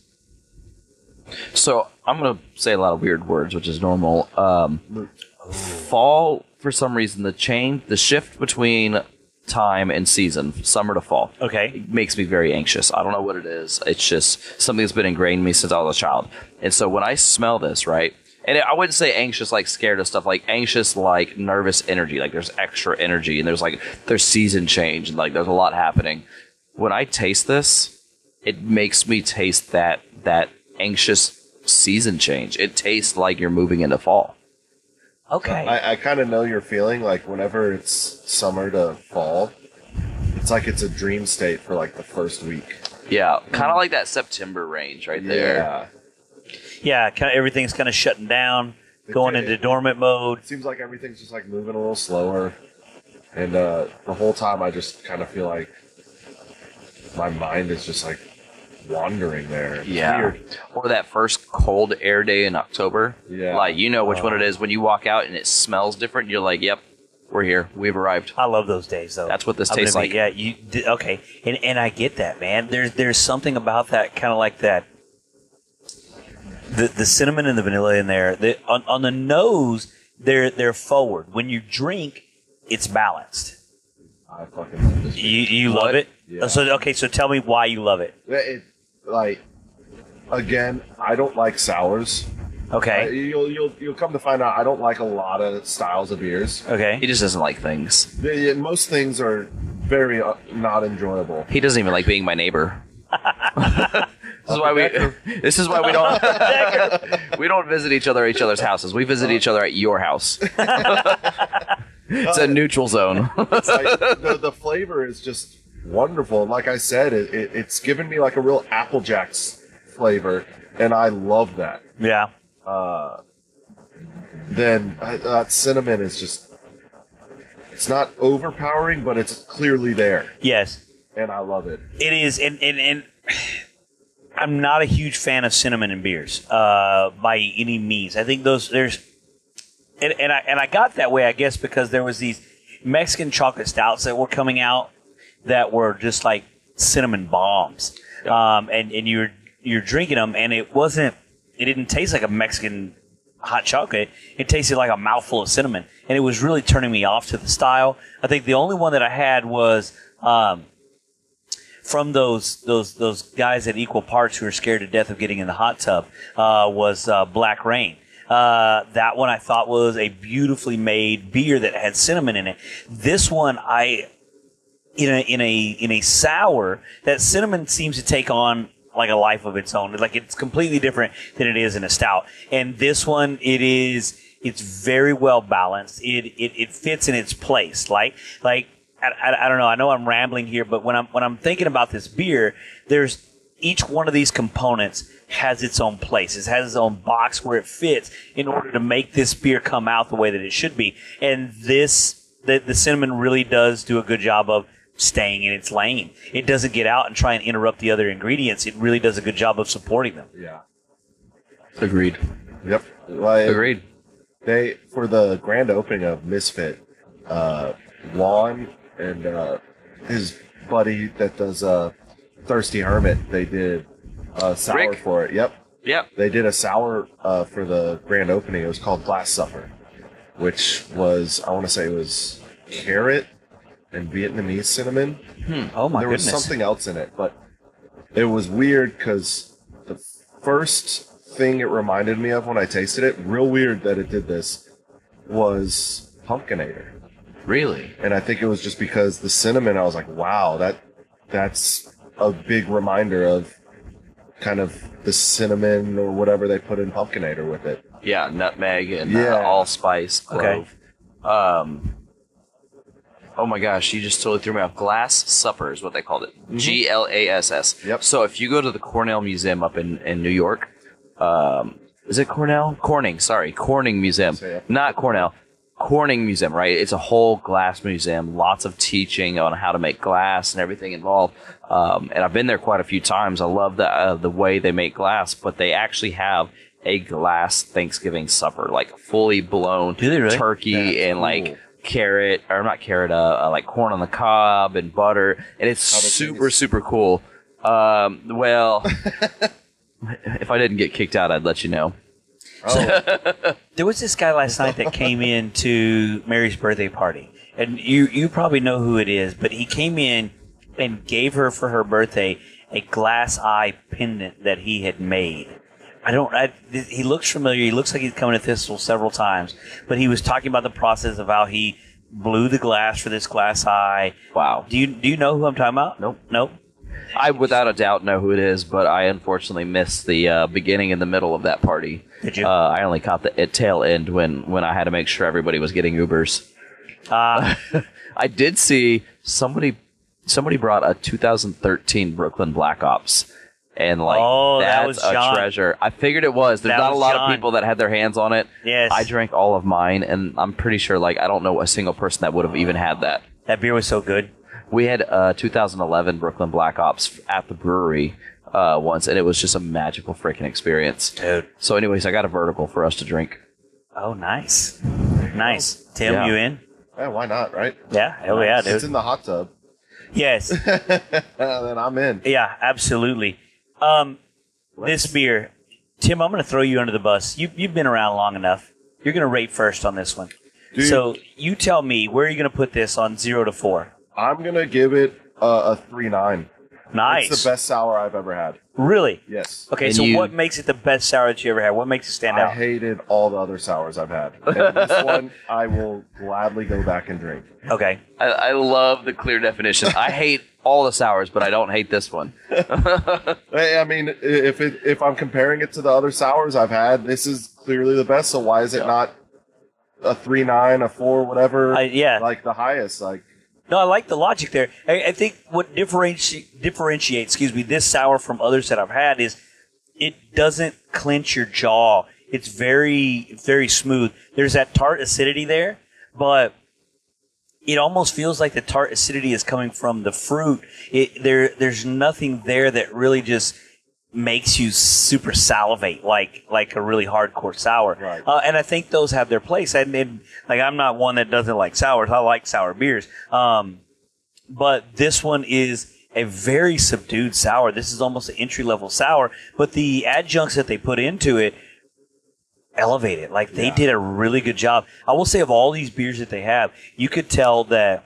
S5: So I'm gonna say a lot of weird words, which is normal. Um, fall for some reason the change, the shift between time and season, summer to fall,
S3: Okay.
S5: it makes me very anxious. I don't know what it is. It's just something that's been ingrained in me since I was a child. And so when I smell this, right, and I wouldn't say anxious like scared of stuff, like anxious like nervous energy, like there's extra energy and there's like there's season change and like there's a lot happening. When I taste this, it makes me taste that that anxious season change. It tastes like you're moving into fall.
S3: Okay.
S4: I, I kind of know your feeling. Like whenever it's summer to fall, it's like it's a dream state for like the first week.
S5: Yeah, kind of like that September range right there.
S4: Yeah.
S3: yeah. Kind of everything's kind of shutting down, going
S4: It-
S3: into dormant mode.
S4: It seems like everything's just like moving a little slower, and uh, the whole time I just kind of feel like my mind is just like wandering there. It's
S5: Yeah.
S4: weird.
S5: Or that first cold air day in October.
S4: Yeah.
S5: Like you know which one it is when you walk out and it smells different. You're like, "Yep, we're here. We've arrived."
S3: I love those days though.
S5: That's what this
S3: I'm gonna
S5: tastes
S3: be-
S5: like.
S3: Yeah, you d- okay? And and I get that, man. There's there's something about that kind of like that. The the cinnamon and the vanilla in there. The, on on the nose, they're they're forward. When you drink, it's balanced.
S4: I fucking love this.
S3: You you love
S5: What?
S3: it.
S4: Yeah.
S3: So okay, so tell me why you love it.
S4: Yeah, It, like again, I don't like sours. I-
S3: Okay.
S4: you'll you'll you'll come to find out I don't like a lot of styles of beers.
S5: He
S3: Okay.
S5: just doesn't like things.
S4: The- yeah, most things are very uh, not enjoyable.
S5: He doesn't even like being my [LAUGHS] neighbor. this is why we. [LAUGHS] This is why we don't. [LAUGHS] we don't visit each other at each other's houses. We visit each other at your [LAUGHS] house. it's a neutral zone.
S4: It's like, the, the flavor is just wonderful. And like I said, it, it, it's given me like a real Apple Jacks flavor, and I love that.
S3: Yeah.
S4: Uh, then I, that cinnamon is just. It's not overpowering, but it's clearly there,
S3: Yes.
S4: and I love it.
S3: It is, and and, and I'm not a huge fan of cinnamon in beers uh, by any means. I think those there's, and, and I and I got that way, I guess, because there was these Mexican chocolate stouts that were coming out that were just like cinnamon bombs, um, and and you're you're drinking them, and it wasn't, it didn't taste like a Mexican hot chocolate. It tasted like a mouthful of cinnamon, and it was really turning me off to the style. I think the only one that I had was. Um, from those those those guys at Equal Parts who are scared to death of getting in the hot tub uh, was uh, Black Rain. Uh, that one I thought was a beautifully made beer that had cinnamon in it. This one I in a in a in a sour that cinnamon seems to take on like a life of its own. Like it's completely different than it is in a stout. And this one it is It's very well balanced. It it, it fits in its place. Like like I, I, I don't know. I know I'm rambling here, but when I'm when I'm thinking about this beer, there's each one of these components has its own place. It has its own box where it fits in order to make this beer come out the way that it should be. And this, the, the cinnamon really does do a good job of staying in its lane. It doesn't get out and try and interrupt the other ingredients. It really does a good job of supporting them.
S4: Yeah.
S5: [LAUGHS] Agreed.
S4: Yep. Like,
S5: Agreed.
S4: they for the grand opening of Misfit, uh, Juan and uh, his buddy that does uh, Thirsty Hermit, they did uh, sour
S5: Rick.
S4: for it. Yep,
S5: Yep.
S4: they did a sour uh, for the grand opening. It was called Last Supper, which was I want to say it was carrot and Vietnamese cinnamon.
S3: Oh my
S4: there was
S3: goodness.
S4: something else in it, but it was weird because the first thing it reminded me of when I tasted it, real weird that it did this, was Pumpkinator.
S5: Really?
S4: And I think it was just because the cinnamon, I was like, wow, that that's a big reminder of kind of the cinnamon or whatever they put in Pumpkinator with it.
S5: Yeah, nutmeg and
S4: Yeah.
S5: uh, allspice,
S3: Okay.
S5: clove. Um, oh my gosh, you just totally threw me off. Glass supper is what they called it. G L A S S.
S4: Yep.
S5: So if you go to the Cornell Museum up in, in New York, um, is it Cornell? Corning, sorry, Corning Museum,
S4: So, yeah.
S5: not Cornell. Corning Museum, right? It's a whole glass museum, lots of teaching on how to make glass and everything involved. Um, and I've been there quite a few times. I love the uh, the way they make glass, but they actually have a glass Thanksgiving supper, like fully blown
S3: Do they really?
S5: turkey
S4: That's
S5: and like
S4: cool.
S5: carrot or not carrot, uh, uh, like corn on the cob and butter, and it's
S4: Jalapenos.
S5: super super cool. Um, well, [LAUGHS] if I didn't get kicked out, I'd let you know.
S4: Oh,
S3: There was this guy last night that came in to Mary's birthday party, and you you probably know who it is, but he came in and gave her for her birthday a glass eye pendant that he had made. I don't. I, th- he looks familiar. He looks like he's coming to Thistle several times, but he was talking about the process of how he blew the glass for this glass eye.
S5: Wow.
S3: Do you do you know who I'm talking about?
S5: Nope.
S3: Nope.
S5: I without a doubt know who it is, but I unfortunately missed the uh, beginning and the middle of that party.
S3: Did you?
S5: Uh, I only caught the it tail end when when I had to make sure everybody was getting Ubers.
S3: Uh,
S5: [LAUGHS] I did see somebody somebody brought a 2013 Brooklyn Black Ops. And like
S3: Oh, that
S5: that's
S3: was John.
S5: a treasure. I figured it was. There's
S3: That
S5: not a
S3: was
S5: lot
S3: John.
S5: of people that had their hands on it.
S3: yes.
S5: I drank all of mine, and I'm pretty sure like I don't know a single person that would have even had that.
S3: that beer was so good.
S5: We had uh, 2011 Brooklyn Black Ops at the brewery uh, once, and it was just a magical freaking experience.
S3: Dude.
S5: So, anyways, I got a vertical for us to drink.
S3: Oh, nice, nice. Tim,
S5: Yeah.
S3: you in?
S4: yeah, why not, right?
S3: Yeah. Hell Oh, yeah,
S4: It's
S3: dude.
S4: in the hot tub.
S3: Yes.
S4: then I'm in.
S3: Yeah, absolutely. Um,
S4: Let's-
S3: this beer, Tim, I'm going to throw you under the bus. You, you've been around long enough. You're going to rate first on this one.
S4: Dude.
S3: So you tell me where are you going to put this on zero to four?
S4: I'm going to give it uh, a 3 9.
S3: Nice.
S4: It's the best sour I've ever had.
S3: Really?
S4: Yes.
S3: Okay,
S5: And
S3: so
S5: you-
S3: what makes it the best sour that you ever had? What makes it stand
S4: I
S3: out?
S4: hated all the other sours I've had.
S3: [LAUGHS]
S4: And this one I will gladly go back and drink.
S3: okay.
S5: I, I love the clear definition. I hate all the sours, but I don't hate this one.
S4: I I mean, i- if it, if I'm comparing it to the other sours I've had, this is clearly the best. So why is it not a three nine, a four, whatever?
S3: I, yeah.
S4: like the highest. Like
S3: No, I like the logic there. I, I think what differenti- differentiates, excuse me, this sour from others that I've had is it doesn't clench your jaw. It's very, very smooth. There's that tart acidity there, but it almost feels like the tart acidity is coming from the fruit. It, there, there's nothing there that really just makes you super salivate like like a really hardcore sour.
S4: Right.
S3: Uh, and I think those have their place. And, and like I'm not one that doesn't like sours. I like sour beers. Um, but this one is a very subdued sour. This is almost an entry level sour, but the adjuncts that they put into it elevate it. Like they did a really good job. I will say of all these beers that they have, you could tell that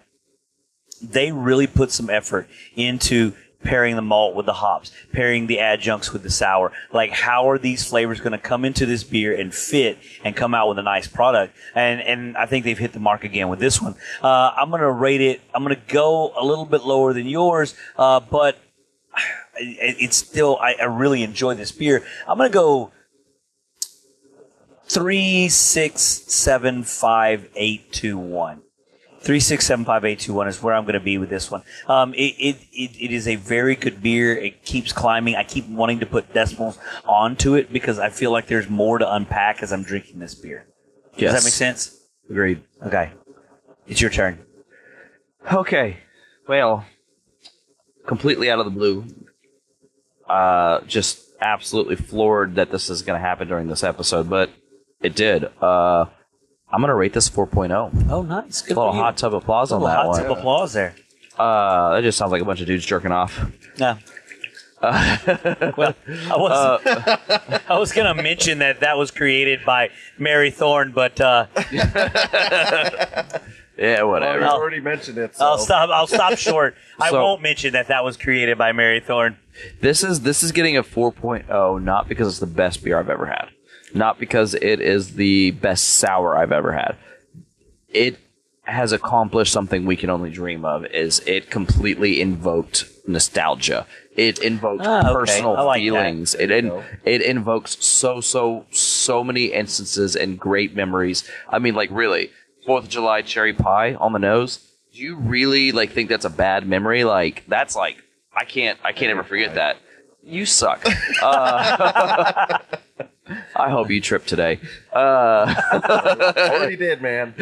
S3: they really put some effort into pairing the malt with the hops, pairing the adjuncts with the sour. Like, how are these flavors going to come into this beer and fit and come out with a nice product? And and I think they've hit the mark again with this one. Uh, I'm going to rate it. I'm going to go a little bit lower than yours, uh, but [SIGHS] it, it's still I, I really enjoy this beer. I'm going to go three six seven five eight two one. Three six seven five eight two one is where I'm going to be with this one. Um, it, it, it it is a very good beer. It keeps climbing. I keep wanting to put decimals onto it because I feel like there's more to unpack as I'm drinking this beer. Does that make sense?
S5: Agreed.
S3: Okay, it's your turn.
S5: Okay. Well, completely out of the blue. Uh, just absolutely floored that this is going to happen during this episode, but it did. Uh, I'm going to rate this 4.0.
S3: Oh, nice.
S5: A
S3: Good
S5: little
S3: for you.
S5: hot tub applause on
S3: Little
S5: that
S3: hot
S5: one.
S3: tub applause there.
S5: Uh, that just sounds like a bunch of dudes jerking off.
S3: Yeah. [LAUGHS] well, I was
S5: Uh,
S3: [LAUGHS] I was gonna mention that that was created by Mary Thorne, but uh,
S5: Yeah,
S6: Well,
S5: whatever.
S4: Oh,
S6: we already mentioned it. So.
S3: I'll
S4: [LAUGHS]
S3: stop. I'll stop short. I
S5: So-
S3: won't mention that that was created by Mary Thorne.
S5: This is this is getting a 4.0 not because it's the best beer I've ever had, not because it is the best sour I've ever had. It has accomplished something we can only dream of is it completely invoked nostalgia. It invoked
S3: Ah, okay.
S5: personal
S3: I like that.
S5: feelings. It in, it invokes so so so many instances and great memories. I mean like really 4th of July cherry pie on the nose. Do you really like think that's a bad memory? Like that's like I can't I can't ever forget that. You suck. Uh, [LAUGHS] I hope you trip today. Uh,
S6: already did,
S3: [LAUGHS]
S6: man.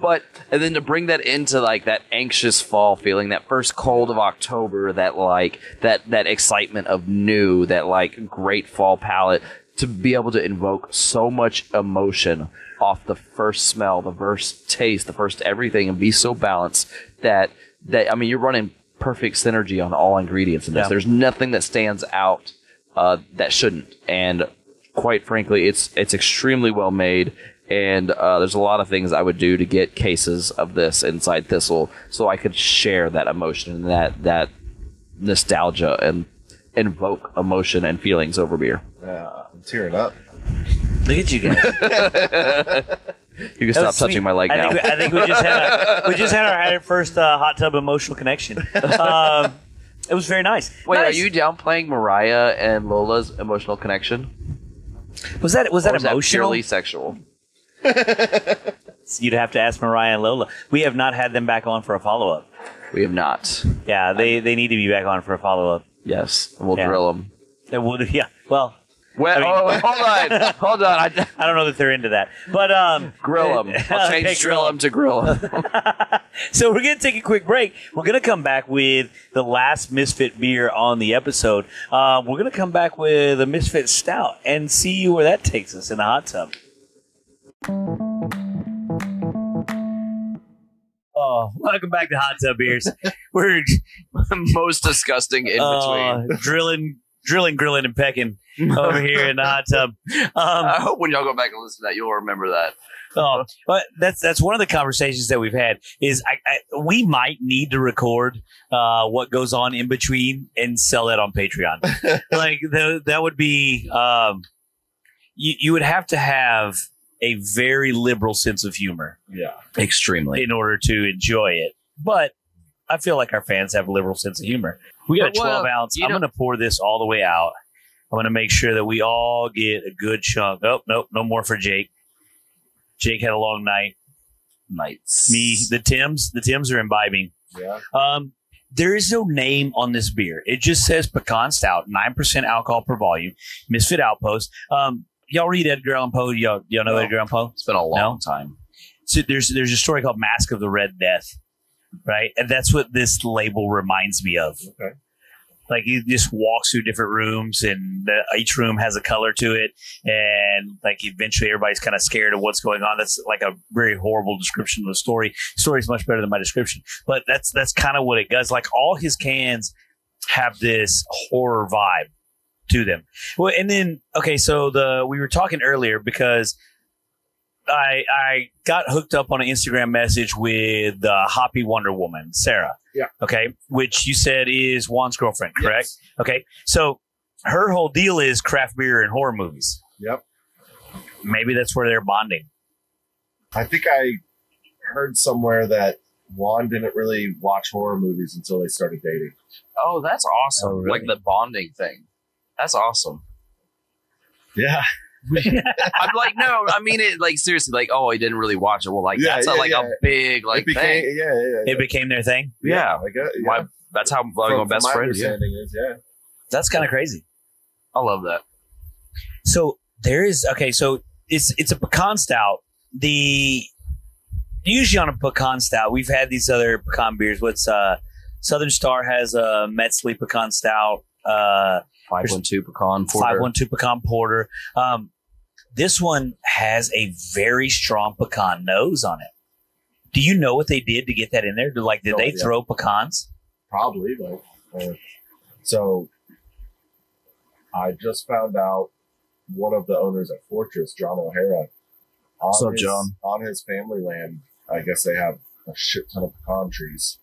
S5: but and then to bring that into like that anxious fall feeling, that first cold of October, that like that that excitement of new, that like great fall palette, to be able to invoke so much emotion off the first smell, the first taste, the first everything, and be so balanced that that I mean you're running perfect synergy on all ingredients in this.
S3: Yeah.
S5: There's nothing that stands out uh, that shouldn't. And quite frankly, it's it's extremely well made. And uh, there's a lot of things I would do to get cases of this inside Thistle, so I could share that emotion and that that nostalgia and invoke emotion and feelings over beer.
S6: Yeah, I'm tearing up.
S3: Look at you
S5: [LAUGHS]
S3: guys.
S5: You can stop touching my leg
S3: I
S5: now.
S3: Think we, I think we just had our, we just had our, had our first uh, hot tub emotional connection. Um, it was very nice.
S5: Wait,
S3: Nice.
S5: are you downplaying Mariah and Lola's emotional connection?
S3: Was that was that
S5: or is that
S3: emotional?
S5: purely sexual?
S3: You'd have to ask Mariah and Lola. We have not had them back on for a follow up.
S5: We have not.
S3: Yeah, they they need to be back on for a follow up.
S5: Yes, we'll
S3: Yeah.
S5: drill them.
S3: That would [LAUGHS] yeah. Well,
S5: Well,
S3: I
S5: oh, hold on, hold on.
S3: [LAUGHS]
S5: I,
S3: I don't know that they're into that, but um, [LAUGHS]
S5: grill them. I'll change
S3: Okay,
S5: drill
S3: grill
S5: them to grill 'em.
S3: So we're going to take a quick break. We're going to come back with the last Misfit beer on the episode. Uh, we're going to come back with a Misfit Stout and see where that takes us in the hot tub. Oh, welcome back to Hot Tub Beers. we're
S5: [LAUGHS] most disgusting in between.
S3: uh, drilling, drilling, grilling, and pecking over here in the hot tub. Um,
S5: I hope when y'all go back and listen to that, you'll remember that.
S3: Oh, but that's that's one of the conversations that we've had is I, I we might need to record uh, what goes on in between and sell that on Patreon. like the, that would be um, you you would have to have a very liberal sense of humor
S6: Yeah.
S5: Extremely.
S3: in order to enjoy it. But I feel like our fans have a liberal sense of humor. We got a
S5: But, well,
S3: twelve ounce.
S5: you
S3: I'm
S5: don't-
S3: going to pour this all the way out. I'm going to make sure that we all get a good chunk. Oh nope, no more for Jake. Jake had a long night
S5: Nights.
S3: me the tims the tims are imbibing
S6: Yeah.
S3: um there is no name on this beer it just says pecan stout 9% alcohol per volume misfit outpost um y'all read edgar allan poe y'all, y'all know
S5: No.
S3: edgar allan poe
S5: It's been a long
S3: No.
S5: time.
S3: so there's there's a story called mask of the red death right and that's what this label reminds me of
S6: Okay.
S3: like he just walks through different rooms and the, each room has a color to it and like eventually everybody's kind of scared of what's going on that's like a very horrible description of the story story's much better than my description but that's that's kind of what it does like all his cans have this horror vibe to them well and then okay so the we were talking earlier because I, I got hooked up on an Instagram message with uh, Hoppy Wonder Woman, Sarah.
S6: Yeah.
S3: Okay. Which you said is Juan's girlfriend, correct? Okay. So her whole deal is craft beer and horror movies.
S6: Yep.
S3: Maybe that's where they're
S6: [LAUGHS]
S3: bonding. [LAUGHS]
S6: I think I
S4: heard somewhere that Juan didn't really watch horror movies until they started dating.
S5: Oh, that's awesome.
S3: Oh, really?
S5: Like the bonding thing. That's awesome.
S4: Yeah.
S5: I'm like, no, I mean it. Like seriously, like oh, I didn't really watch it. Well, like
S4: Yeah,
S5: that's
S4: yeah,
S5: a, like
S4: yeah.
S5: a big like
S4: it became,
S5: thing.
S4: yeah, yeah, yeah.
S3: It became their thing.
S5: yeah,
S4: Like, uh, yeah.
S5: my that's how like, my
S4: From-
S5: best
S4: from
S5: friend. Yeah,
S4: understanding is, yeah.
S3: That's kind of crazy.
S5: I love that.
S3: So there is okay. So it's it's a pecan stout. The usually on a pecan stout, we've had these other pecan beers. What's uh Southern Star has a Metzli pecan stout. Uh,
S5: Five one two pecan
S3: five
S5: porter.
S3: one two pecan porter. Um, this one has a very strong pecan nose on it. Do you know what they did to get that in there? Do- Like, did
S4: No
S3: they
S4: idea.
S3: throw pecans?
S4: probably like uh, so i just found out one of the owners at fortress john o'hara on,
S5: What's up,
S4: his,
S5: John?
S4: on his family land i guess they have a shit ton of pecan trees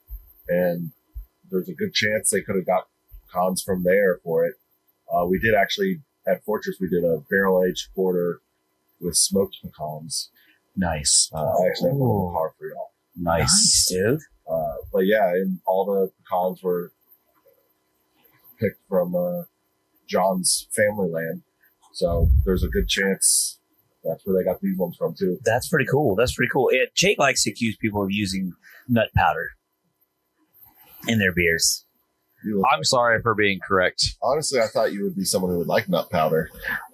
S4: and there's a good chance they could have got cons from there for it uh, we did actually at fortress we did a barrel aged porter with smoked pecans
S5: Nice,
S4: uh, i actually have one in the car for y'all
S5: nice.
S3: dude.
S4: uh, but yeah, and all the pecans were picked from uh, John's family land. So there's a good chance that's where they got these ones from too.
S3: That's pretty cool. That's pretty cool. Yeah, Jake likes to accuse people of using nut powder in their beers.
S4: You look-
S5: I'm sorry for being correct.
S4: honestly, I thought you would be someone who would like nut powder.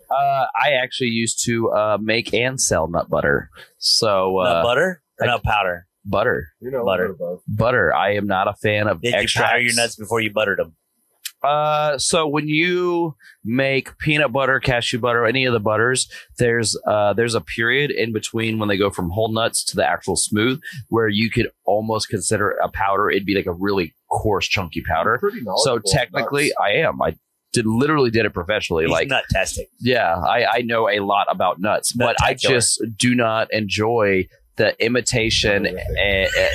S5: Uh, I actually used to uh, make and sell nut butter. So uh,
S3: nut butter or
S5: I-
S3: nut powder?
S5: butter,
S4: You know,
S3: Butter.
S4: a little both.
S5: butter. I am not a fan of
S3: Did you
S5: extracts.
S3: powder your nuts before you buttered them?
S5: Uh, so when you make peanut butter, cashew butter, any of the butters, there's uh, there's a period in between when they go from whole nuts to the actual smooth, where you could almost consider it a powder. It'd be like a really coarse, chunky powder.
S4: Pretty knowledgeable
S5: So
S4: of
S5: technically,
S4: nuts.
S5: I am. I did literally did it professionally.
S3: He's
S5: like
S3: nut testing.
S5: yeah, I, I know a lot about nuts,
S3: Nut
S5: but I
S3: tacular.
S5: just do not enjoy the imitation.
S4: Nutterific.
S5: eh, eh, [LAUGHS]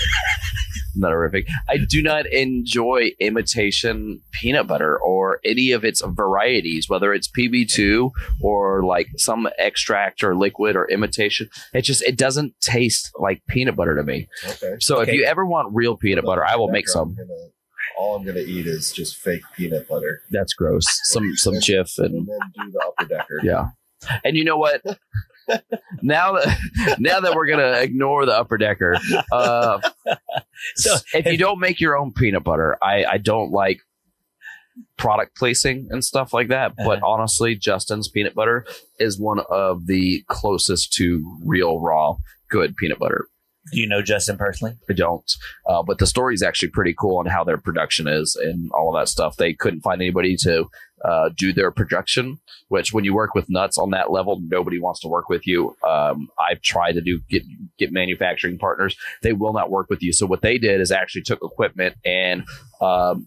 S5: Not horrific. I do not enjoy imitation peanut butter or any of its varieties, whether it's PB2 or like some extract or liquid or imitation. It just it doesn't taste like peanut butter to me.
S4: okay.
S5: So
S3: Okay.
S5: if you ever want real peanut butter, I will make
S4: Background,
S5: some.
S4: I'm gonna- all I'm gonna eat is just fake peanut butter,
S5: That's gross. Some some Jif and
S4: and then do the upper
S5: [LAUGHS]
S4: decker.
S5: Yeah. And you know what? now that now that we're gonna ignore the upper decker, uh,
S3: So
S5: if you don't make your own peanut butter, I, I don't like product placing and stuff like that. But honestly, Justin's peanut butter is one of the closest to real raw good peanut butter.
S3: do you know Justin personally?
S5: I don't. Uh, but the story is actually pretty cool on how their production is and all that stuff. They couldn't find anybody to uh, do their production, which when you work with nuts on that level, nobody wants to work with you. Um, I've tried to do get get manufacturing partners; they will not work with you. So what they did is actually took equipment and. Um,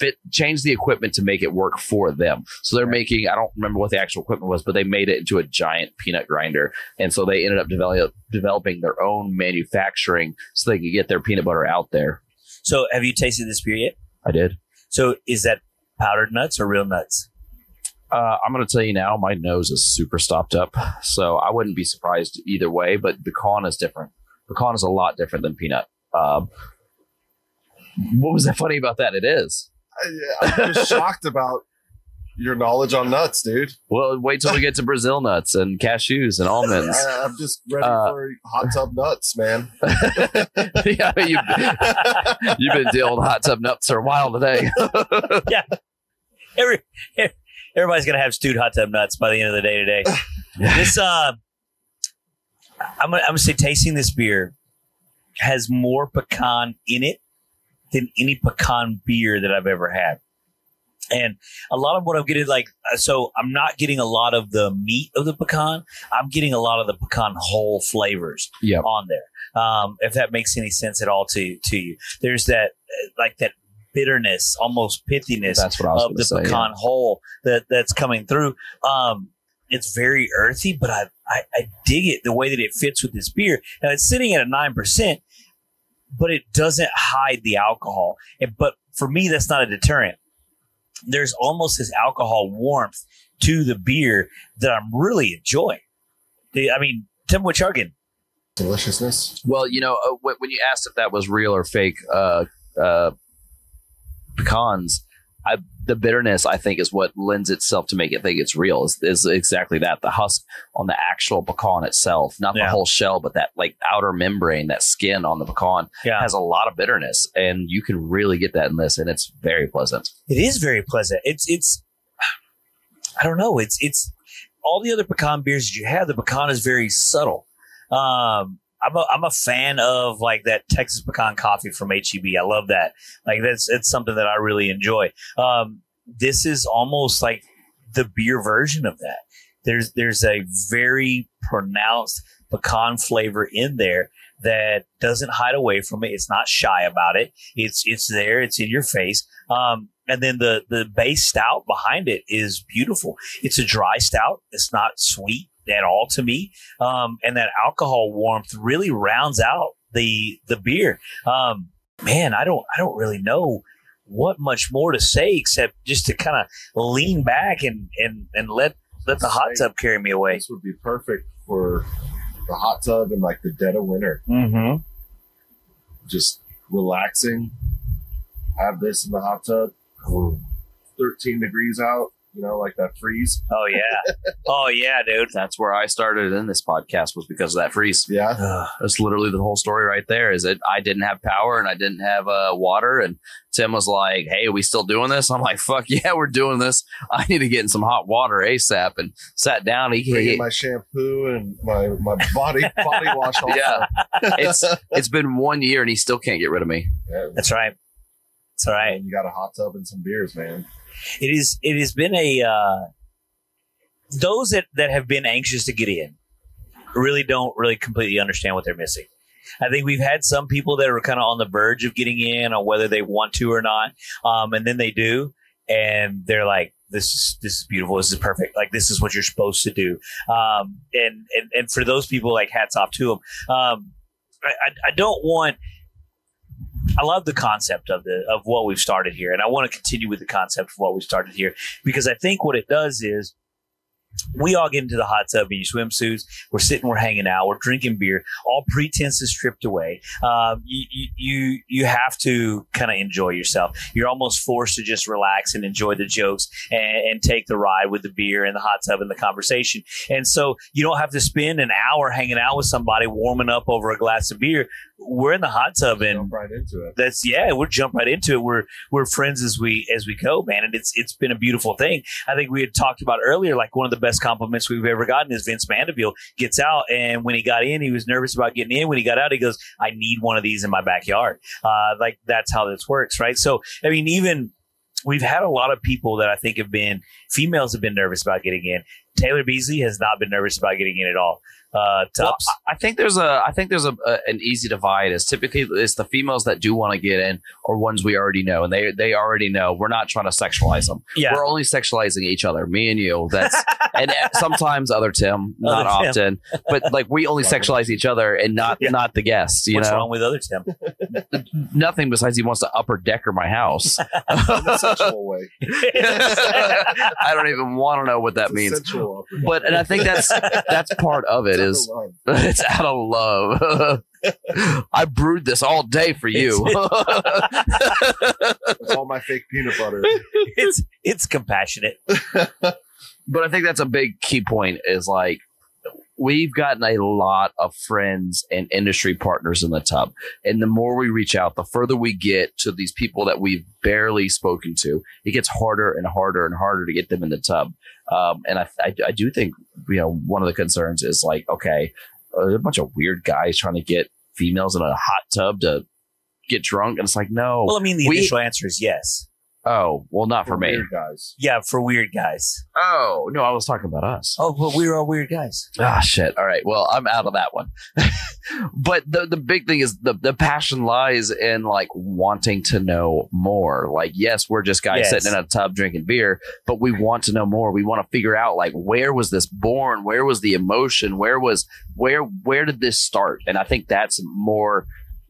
S5: Fit, changed the equipment to make it work for them. So they're making, I don't remember what the actual equipment was, but they made it into a giant peanut grinder. And so they ended up develop, developing their own manufacturing so they could get their peanut butter out there.
S3: So have you tasted this beer yet?
S5: I did.
S3: So is that powdered nuts or real nuts?
S5: Uh, I'm going to tell you now, my nose is super stopped up. So I wouldn't be surprised either way, but pecan is different. Pecan is a lot different than peanut. Um, what was that funny about that? It is.
S4: I, I'm just shocked about your knowledge on nuts, dude.
S5: Well, wait till we get to Brazil nuts and cashews
S3: [LAUGHS]
S5: and almonds.
S4: I, I'm just ready
S5: Uh, [LAUGHS]
S4: for hot tub nuts, man.
S5: yeah, you, you've been [LAUGHS] dealing with hot tub nuts for a while today. [LAUGHS]
S3: Every, everybody's gonna have stewed hot tub nuts by the end of the day today. this uh, I'm gonna, I'm gonna say tasting this beer has more pecan in it than any pecan beer that I've ever had. And a lot of what I'm getting, like, uh, so I'm not getting a lot of the meat of the pecan. I'm getting a lot of the pecan whole flavors
S5: Yep.
S3: on there. Um, if that makes any sense at all to to you, there's that uh, like that bitterness, almost pithiness
S5: That's what I was
S3: of
S5: going
S3: the
S5: to say. yeah.
S3: pecan hole that that's coming through. Um, it's very earthy, but I, I I dig it the way that it fits with this beer. Now it's sitting at a nine percent, but it doesn't hide the alcohol. And, but for me, that's not a deterrent. There's almost this alcohol warmth to the beer that I'm really enjoying. The, I mean, Tim Wichargan,
S4: Deliciousness.
S5: Well, you know, uh, wh- when you asked if that was real or fake uh, uh, pecans, I, the bitterness, I think, is what lends itself to make it think it's real. Is, is exactly that the husk on the actual pecan itself, not the
S3: Yeah.
S5: whole shell, but that like outer membrane, that skin on the pecan
S3: Yeah.
S5: has a lot of bitterness, and you can really get that in this, and it's very pleasant.
S3: It is very pleasant. It's it's I don't know. It's it's all the other pecan beers that you have. The pecan is very subtle. Um, I'm a, I'm a fan of like that Texas pecan coffee from HEB. I love that. Like that's it's something that I really enjoy. Um, this is almost like the beer version of that. There's there's a very pronounced pecan flavor in there that doesn't hide away from it. It's not shy about it. It's it's there. It's in your face. Um, and then the the base stout behind it is beautiful. It's a dry stout. It's not sweet at all to me. Um, and that alcohol warmth really rounds out the the beer. Um, man, I don't I don't really know what much more to say except just to kind of lean back and and and let let the hot tub carry me away.
S6: This would be perfect for the hot tub in like the dead of winter.
S3: Mm-hmm.
S6: Just relaxing. Have this in the hot tub. 13 degrees out, you know, like that freeze.
S3: Oh yeah. oh yeah, dude.
S5: That's where I started in this podcast was because of that freeze.
S6: Yeah.
S3: Ugh.
S5: That's literally the whole story right there. Is that I didn't have power and I didn't have uh, water, and Tim was like, "Hey, we still doing this?" I'm like, "Fuck [LAUGHS] yeah, we're doing this. I need to get in some hot water asap." And sat down. He,
S6: Bringing
S5: he-
S6: my shampoo and my, my body body wash
S4: [LAUGHS]
S6: on.
S5: yeah, it's it's been one year and he still can't get rid of me.
S3: That's right. That's all right.
S6: And you got a hot tub and some beers, man.
S3: it is it has been a uh, those that that have been anxious to get in really don't really completely understand what they're missing i think we've had some people that are kind of on the verge of getting in on whether they want to or not um, and then they do and they're like this is this is beautiful this is perfect like this is what you're supposed to do um, and, and and for those people like hats off to them um, I, I- I don't want I love the concept of the of what we've started here, and I want to continue with the concept of what we've started here because I think what it does is we all get into the hot tub in your swimsuits. We're sitting, we're hanging out, we're drinking beer. All pretense is stripped away. Um, you, you- you you have to kind of enjoy yourself. You're almost forced to just relax and enjoy the jokes and, and take the ride with the beer and the hot tub and the conversation. And so you don't have to spend an hour hanging out with somebody warming up over a glass of beer. We're in the hot tub and
S6: Jump right into it.
S3: that's yeah we're jump right into it we're we're friends as we as we go man and it's it's been a beautiful thing i think we had talked about earlier like one of the best compliments we've ever gotten is vince mandeville gets out and when he got in he was nervous about getting in when he got out he goes i need one of these in my backyard uh, like that's how this works right so i mean even we've had a lot of people that i think have been females have been nervous about getting in taylor beasley has not been nervous about getting in at all uh tups
S5: Well, I I think there's a I think there's a, a an easy divide. Is typically it's the females that do want to get in, or ones we already know, and they they already know we're not trying to sexualize them.
S3: yeah
S5: We're only sexualizing each other, me and you.
S3: [LAUGHS]
S5: That's and uh, sometimes other Tim, not
S3: Other Tim.
S5: often, but like we only sexualize each other and not
S3: Yeah.
S5: not the guests. You
S3: what's
S5: know,
S3: wrong with other tim
S5: nothing besides he wants to upper decker
S3: [LAUGHS]
S5: my house.
S6: In a sexual way.
S5: [LAUGHS] I don't even want to know what that
S6: It's a
S5: means.
S6: sensual upper-
S5: But and I think
S3: [LAUGHS]
S5: that's that's part of it is
S6: upper line.
S5: [LAUGHS] it's out of love. [LAUGHS] I brewed this all day for [LAUGHS] you.
S6: That's all my fake peanut butter.
S3: [LAUGHS] it's it's compassionate
S5: but I think that's a big key point is like we've gotten a lot of friends and industry partners in the tub. And the more we reach out, the further we get to these people that we've barely spoken to, it gets harder and harder and harder to get them in the tub. Um, and I, I, I do think, you know, one of the concerns is like, okay, are there a bunch of weird guys trying to get females in a hot tub to get drunk? And it's like, no.
S3: Well, I mean, the
S5: Oh, We-
S3: initial answer is yes.
S5: oh, well, not for me.
S6: Weird guys.
S3: Yeah, for weird guys.
S5: Oh, no, I was talking about us.
S3: Oh, well, we're all weird guys.
S5: Ah, shit. All right. Well, I'm out of that one. [LAUGHS] but the the big thing is the the passion lies in like wanting to know more. Like, yes, we're just guys
S3: Yes.
S5: sitting in a tub drinking beer, but we want to know more. We want to figure out like where was this born? Where was the emotion? Where was where where did this start? And I think that's more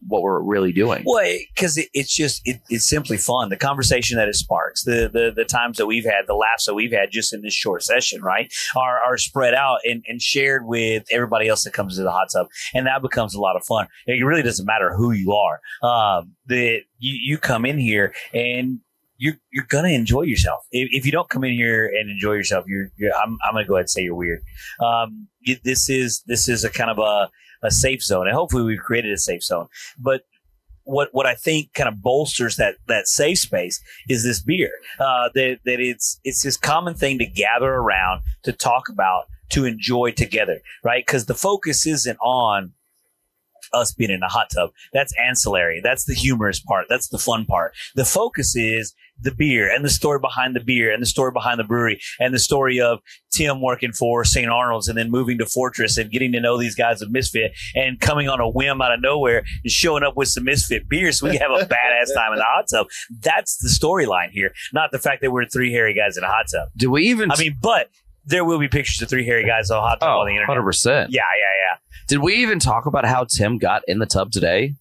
S5: what we're really doing.
S3: Well, because it, it's just it, it's simply fun. The conversation that it sparks, the, the the times that we've had, the laughs that we've had just in this short session, right, are are spread out and, and shared with everybody else that comes to the hot tub, and that becomes a lot of fun. It really doesn't matter who you are. Um, the you, you come in here and you're you're gonna enjoy yourself. If, if you don't come in here and enjoy yourself, you're, you're I'm, I'm gonna go ahead and say you're weird. Um, you- this is this is a kind of a a safe zone, and hopefully we've created a safe zone. But what what I think kind of bolsters that that safe space is this beer. Uh, that that it's it's this common thing to gather around to talk about to enjoy together, right? Because the focus isn't on us being in a hot tub. That's ancillary. That's the humorous part. That's the fun part. The focus is the beer and the story behind the beer and the story behind the brewery and the story of Tim working for St. Arnold's and then moving to Fortress and getting to know these guys at Misfit and coming on a whim out of nowhere and showing up with some Misfit beer so we can have a badass time in the hot tub. That's the storyline here, not the fact that we're three hairy guys in a hot tub.
S5: Do we even?
S3: I mean, but there will be pictures of three hairy guys on a hot tub
S5: oh,
S3: on the internet.
S5: 100%.
S3: Yeah, yeah, yeah.
S5: Did we even talk about how Tim got in the tub today?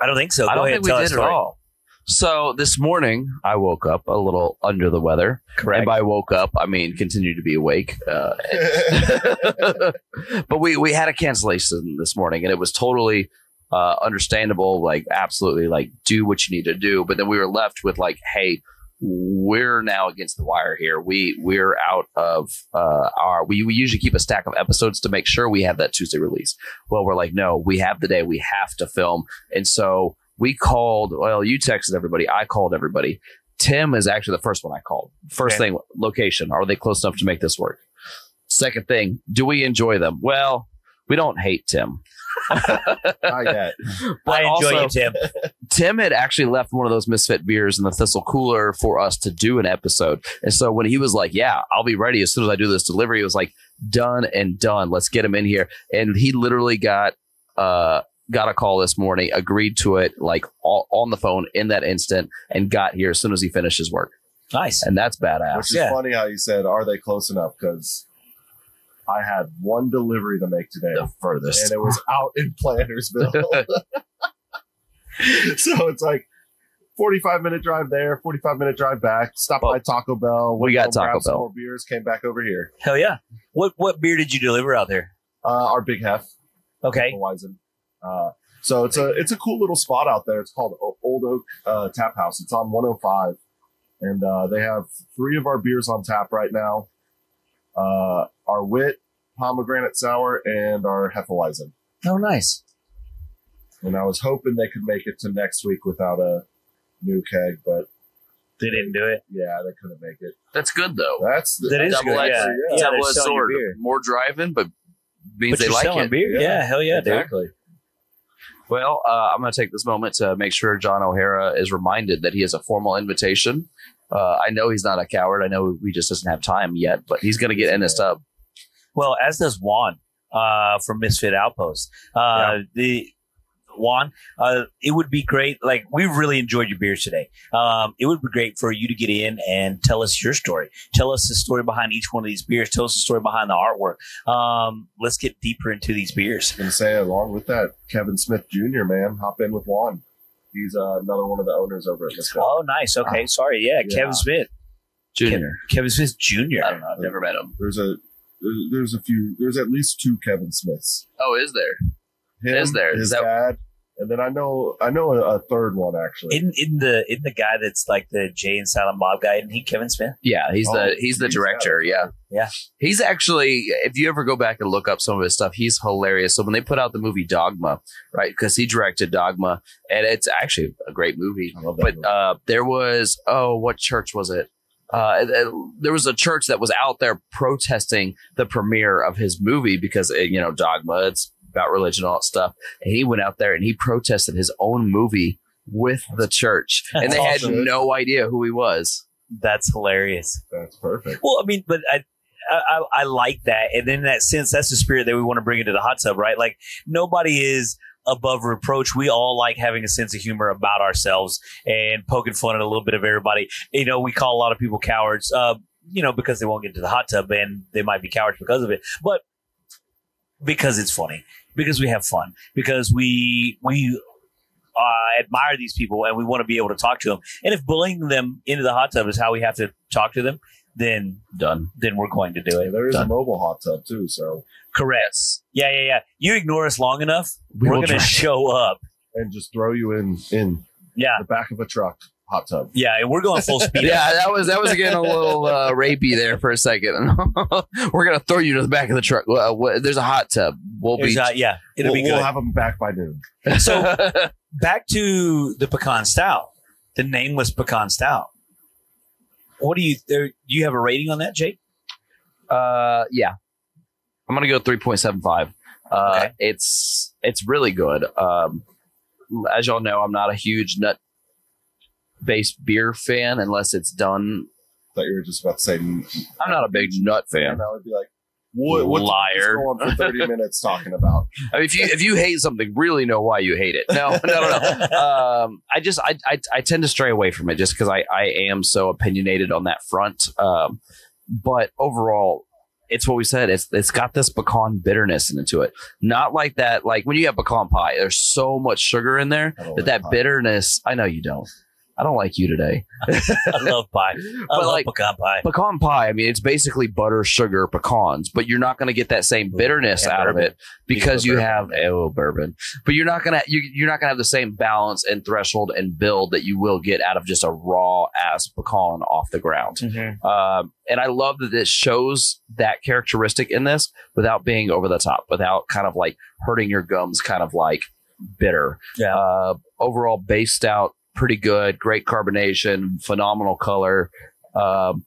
S3: I don't think so. Go
S5: I don't
S3: ahead,
S5: think we
S3: tell
S5: did
S3: that
S5: at
S3: story.
S5: all. So this morning, I woke up a little under the weather.
S3: Correct.
S5: And by woke up, I mean continued to be awake. Uh, [LAUGHS] but we we had a cancellation this morning, and it was totally uh, understandable. Like absolutely, like do what you need to do. But then we were left with like, hey, we're now against the wire here. We we're out of uh, our. We, we usually keep a stack of episodes to make sure we have that Tuesday release. Well, we're like, no, we have the day. We have to film, and so. We called, well, you texted everybody. I called everybody. Tim is actually the first one I called. First
S3: Okay.
S5: thing, location. Are they close enough to make this work? Second thing, do we enjoy them? Well, we don't hate Tim.
S6: Not
S3: I
S6: yet.
S5: But
S3: enjoy
S5: also-
S3: you, Tim.
S5: Tim had actually left one of those misfit beers in the thistle cooler for us to do an episode. And so when he was like, Yeah, I'll be ready as soon as I do this delivery, he was like, Done and done. Let's get him in here. And he literally got uh got a call this morning, agreed to it like all, on the phone in that instant, and got here as soon as he finished his work.
S3: Nice.
S5: And that's badass.
S6: Which is
S3: Yeah.
S6: funny how you said, "Are they close enough?" Because I had one delivery to make today,
S5: The
S6: and
S5: furthest.
S6: it was out in
S5: [LAUGHS]
S6: Plantersville. [LAUGHS] so it's like forty-five minute drive there, forty-five minute drive back. Stop
S5: Well,
S6: by Taco Bell.
S5: we
S6: went
S5: got
S6: home,
S5: Taco
S6: grabbed some
S5: Bell.
S6: More beers. Came back over here.
S3: Hell yeah. What what beer did you deliver out there?
S6: Uh, our big hef.
S3: Okay.
S6: Horizon. Uh, so it's a it's a cool little spot out there. It's called O- Old Oak uh, Tap House. It's on 105, and uh, they have three of our beers on tap right now: uh, our Wit, Pomegranate Sour, and our Hefeweizen.
S3: Oh, nice.
S6: And I was hoping they could make it to next week without a new keg, but
S3: They didn't do it.
S6: yeah, they couldn't make it.
S5: That's good though.
S6: That's the,
S3: That is
S5: Double
S3: good.
S5: X,
S3: yeah.
S6: yeah.
S3: yeah.
S5: Double
S3: they're
S5: edged
S3: selling your
S5: sword.
S3: beer.
S5: More driving, but means
S3: But
S5: they
S3: you're
S5: like
S3: selling
S5: it.
S3: beer. Yeah.
S6: Yeah.
S3: hell yeah, dude.
S6: exactly.
S5: Well, uh, I'm going to take this moment to make sure John O'Hara is reminded that he has a formal invitation. Uh, I know he's not a coward. I know he just doesn't have time yet, but he's going to get in his tub.
S3: Well, as does Juan uh, from Misfit Outpost. Uh, The Juan, uh, it would be great. Like we really enjoyed your beers today. Um, it would be great for you to get in and tell us your story. Tell us the story behind each one of these beers. Tell us the story behind the artwork. Um, let's get deeper into these beers.
S6: And say along with that, Kevin Smith Jr. Man, hop in with Juan. He's uh, another one of the owners over at Misfit.
S3: Oh, nice. Okay, sorry. Yeah,
S6: Yeah.
S3: Kevin Smith.
S5: Junior.
S3: Kevin Smith Jr.
S5: I don't know. I've never met him.
S6: There's a there's- there's a few there's at least two Kevin Smiths.
S5: Oh, is there?
S6: Him,
S5: Is there? Is
S6: his
S5: that-
S6: dad, and then I know I know a, a third one actually.
S3: In in the in the guy that's like the Jay and Silent Bob guy, and he Kevin Smith.
S5: Yeah, he's the
S6: Oh,
S5: he's the
S6: he's
S5: director. Yeah,
S3: Yeah.
S5: He's actually, if you ever go back and look up some of his stuff, he's hilarious. So when they put out the movie Dogma, right? Because he directed Dogma, and it's actually a great movie.
S6: I love that.
S5: but
S6: movie.
S5: uh, there was oh what church was it uh, it- it- there was a church that was out there protesting the premiere of his movie because uh, you know dogma it's about religion all that stuff and he went out there and he protested his own movie with the church and they had
S6: Awesome.
S5: no idea who he was
S3: That's hilarious.
S6: That's perfect.
S3: Well, I mean, but I, I, I- I like that, and in that sense, that's the spirit that we want to bring into the hot tub, right? Like nobody is above reproach. We all like having a sense of humor about ourselves and poking fun at a little bit of everybody. You know, we call a lot of people cowards, uh, you know, because they won't get into the hot tub, and they might be cowards because of it, but because it's funny, because we have fun, because we we. Uh, admire these people and we want to be able to talk to them. And if bullying them into the hot tub is how we have to talk to them, then
S5: done
S3: then we're going to do
S6: Yeah,
S3: it.
S6: there is
S5: done.
S6: a mobile hot tub too, so
S3: Correct. Yeah, yeah, yeah. You ignore us long enough,
S5: we
S3: we are
S5: will
S3: going to
S5: try.
S3: show up.
S6: and just throw you in in
S3: Yeah,
S6: the back of a truck. hot tub.
S3: Yeah, and we're going full speed.
S5: Yeah, that was that was getting a little uh, rapey there for a second. [LAUGHS] We're gonna throw you to the back of the truck. Uh, what, there's a hot tub. We'll
S3: There's
S5: be.
S3: not- uh, yeah, it'll be
S6: we'll, we'll
S3: good.
S6: have them back by noon.
S3: so back to the pecan stout, the nameless pecan stout. What do you there? You have a rating on that, Jake?
S5: Uh, yeah, I'm gonna go 3.75. Uh,
S3: Okay.
S5: it's it's really good. Um, as y'all know, I'm not a huge nut based beer fan unless it's done.
S6: Thought you were just about to say, n-
S5: I'm not a big nut fan.
S6: and I would be like, what, what
S5: Liar.
S6: Go on for
S5: [LAUGHS]
S6: thirty minutes talking about.
S5: I mean, if you if you hate something, really know why you hate it. No, no, no, no. Um, I just I, I I tend to stray away from it just because I I am so opinionated on that front. Um, but overall, it's what we said. It's it's got this pecan bitterness into it. Not like that. Like when you have pecan pie, there's so much sugar in there
S6: I don't
S5: that
S6: like
S5: that
S6: Oh, pie.
S5: bitterness. I know you don't. I don't like you today.
S3: I love pie. I love
S5: like-
S3: pecan pie.
S5: Pecan pie. I mean, it's basically butter, sugar, pecans, but you're not going to get that same bitterness
S3: And
S5: out of
S3: bourbon.
S5: it
S3: Because
S5: because
S3: of
S5: you have oh, bourbon, but you're not gonna you, you're not gonna have the same balance and threshold and build that you will get out of just a raw ass pecan off the ground.
S3: Mm-hmm.
S5: Um, and I love that this shows that characteristic in this without being over the top, without kind of like hurting your gums, kind of like bitter.
S3: Yeah.
S5: Uh, overall, based out pretty good, great carbonation, phenomenal color. Um,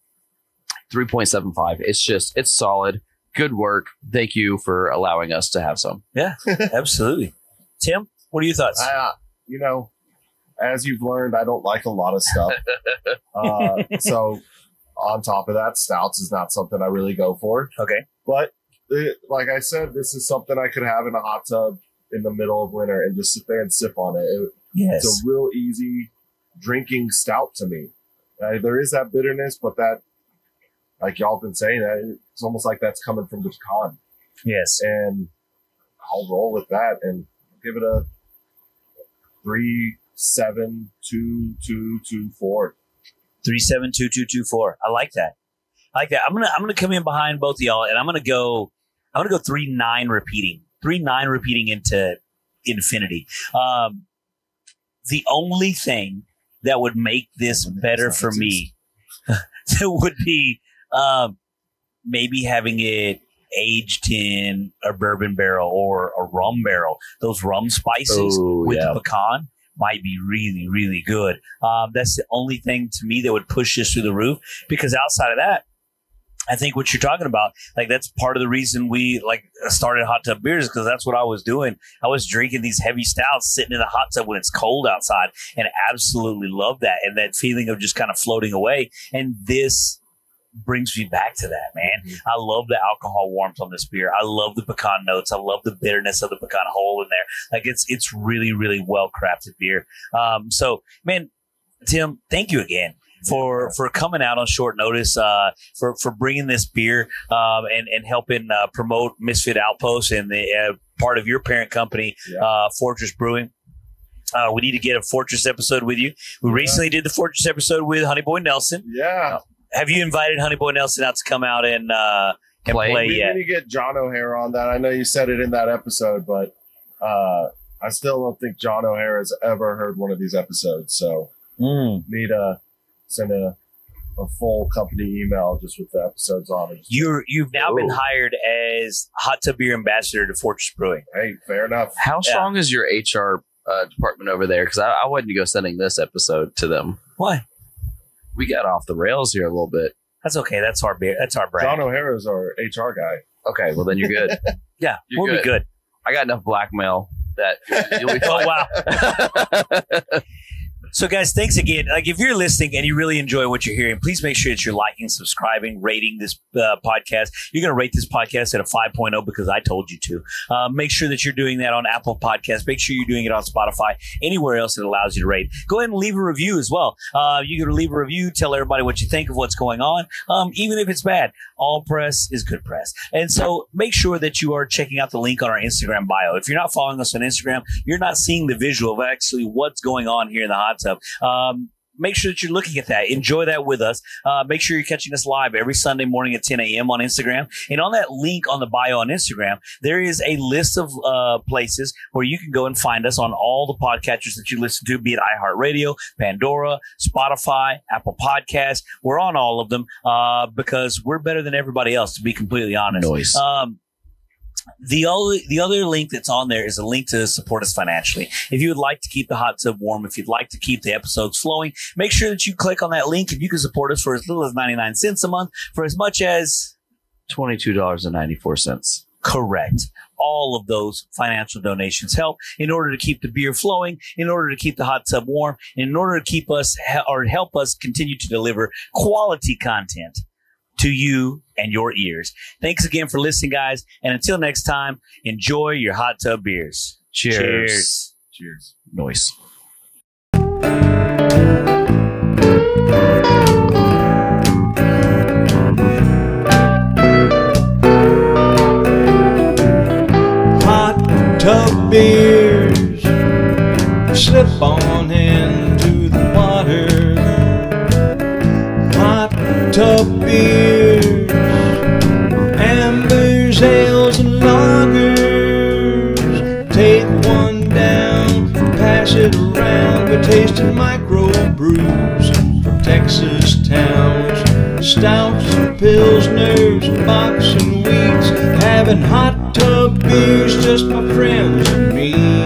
S5: 3.75. It's just, it's solid. Good work. Thank you for allowing us to have some.
S3: Absolutely. Tim, what are your thoughts?
S6: I, uh, you know, as you've learned, I don't like a lot
S3: [LAUGHS]
S6: of stuff. uh, so, on top of that, stouts is not something I really go for.
S3: Okay.
S6: But, uh, like I said, this is something I could have in a hot tub in the middle of winter and just sit there and sip on it. It-
S3: yes.
S6: It's a real easy drinking stout to me. Uh, there is that bitterness, but that, like y'all been saying, that it's almost like that's coming from the pecan
S3: yes.
S6: and I'll roll with that and give it a three seven two two two four.
S3: Three seven two two two four. I like that. I like that. I'm gonna I'm gonna come in behind both of y'all and I'm gonna go I'm gonna go three nine repeating. Three nine repeating into infinity. Um the only thing that would make this better for me [LAUGHS] that would be um maybe having it aged in a bourbon barrel or a rum barrel. Those rum spices with the pecan might be really, really good. Um, that's the only thing to me that would push this through the roof because outside of that, I think what you're talking about, like that's part of the reason we like started hot tub beers because that's what I was doing. I was drinking these heavy stouts sitting in the hot tub when it's cold outside and absolutely love that and that feeling of just kind of floating away. And this brings me back to that, man. I love the alcohol warmth on this beer. I love the pecan notes. I love the bitterness of the pecan hole in there. Like it's it's really really well crafted beer. Um, so man, Tim, thank you again for for coming out on short notice. Uh, for for bringing this beer um, and and helping uh, promote Misfit Outpost and the uh, part of your parent company,
S6: Yeah.
S3: uh, Fortress Brewing. Uh, we need to get a Fortress episode with you. We recently did the Fortress episode with Honey Boy Nelson.
S6: Yeah,
S3: Have you invited Honey Boy Nelson out to come out and uh, and
S5: Play.
S3: play,
S6: we
S3: yet?
S6: need to get John O'Hara on that. I know you said it in that episode, but uh, I still don't think John O'Hara has ever heard one of these episodes. So
S4: Mm.
S6: need to send a a full company email just with the episodes on it.
S3: You're you've now been
S5: Ooh.
S3: hired as hot tub beer ambassador to Fortress Brewing.
S6: Hey, fair enough.
S5: How
S3: Yeah.
S5: strong is your HR uh, department over there? Because I, I wasn't go sending this episode to them.
S3: Why?
S5: We got off the rails here a little bit.
S3: That's okay. That's our beer. That's our brand.
S6: John O'Hara's our HR guy.
S5: Okay, well then
S3: [LAUGHS]
S5: you're good.
S3: yeah,
S5: You're
S3: we'll be good.
S5: I got enough blackmail that you'll [LAUGHS] be
S3: Oh [LAUGHS]
S5: fine.
S3: wow. So, guys, thanks again. Like, if you're listening and you really enjoy what you're hearing, please make sure that you're liking, subscribing, rating this uh, podcast. You're going to rate this podcast at a 5.0 because I told you to. Uh, make sure that you're doing that on Apple Podcasts. Make sure you're doing it on Spotify, anywhere else that allows you to rate. Go ahead and leave a review as well. Uh, you can leave a review, tell everybody what you think of what's going on, um, even if it's bad. All press is good press. And so make sure that you are checking out the link on our Instagram bio. If you're not following us on Instagram, you're not seeing the visual of actually what's going on here in the hot tub. Um, make sure that you're looking at that. Enjoy that with us. Uh, make sure you're catching us live every Sunday morning at 10 a.m. on Instagram. And on that link on the bio on Instagram, there is a list of uh, places where you can go and find us on all the podcatchers that you listen to, be it iHeartRadio, Pandora, Spotify, Apple Podcasts. We're on all of them uh, because we're better than everybody else, to be completely honest.
S5: Noise.
S3: Um, the only the other link that's on there is a link to support us financially. If you would like to keep the hot tub warm, if you'd like to keep the episodes flowing, make sure that you click on that link. If you can support us for as little as ninety nine cents a month, for as much as
S5: $22.94.
S3: correct, all of those financial donations help in order to keep the beer flowing, in order to keep the hot tub warm, in order to keep us he- or help us continue to deliver quality content to you and your ears. Thanks again for listening, guys, and until next time, enjoy your hot tub beers.
S5: Cheers.
S3: Cheers.
S5: Cheers. Noise.
S2: hot tub beers. Slip on into the water. Hot tub beers, ambers, ales, and lagers. Take one down, pass it around. We're tasting microbrews, Texas towns, stouts, pilsners, box and wheats. Having hot tub beers, just my friends and me.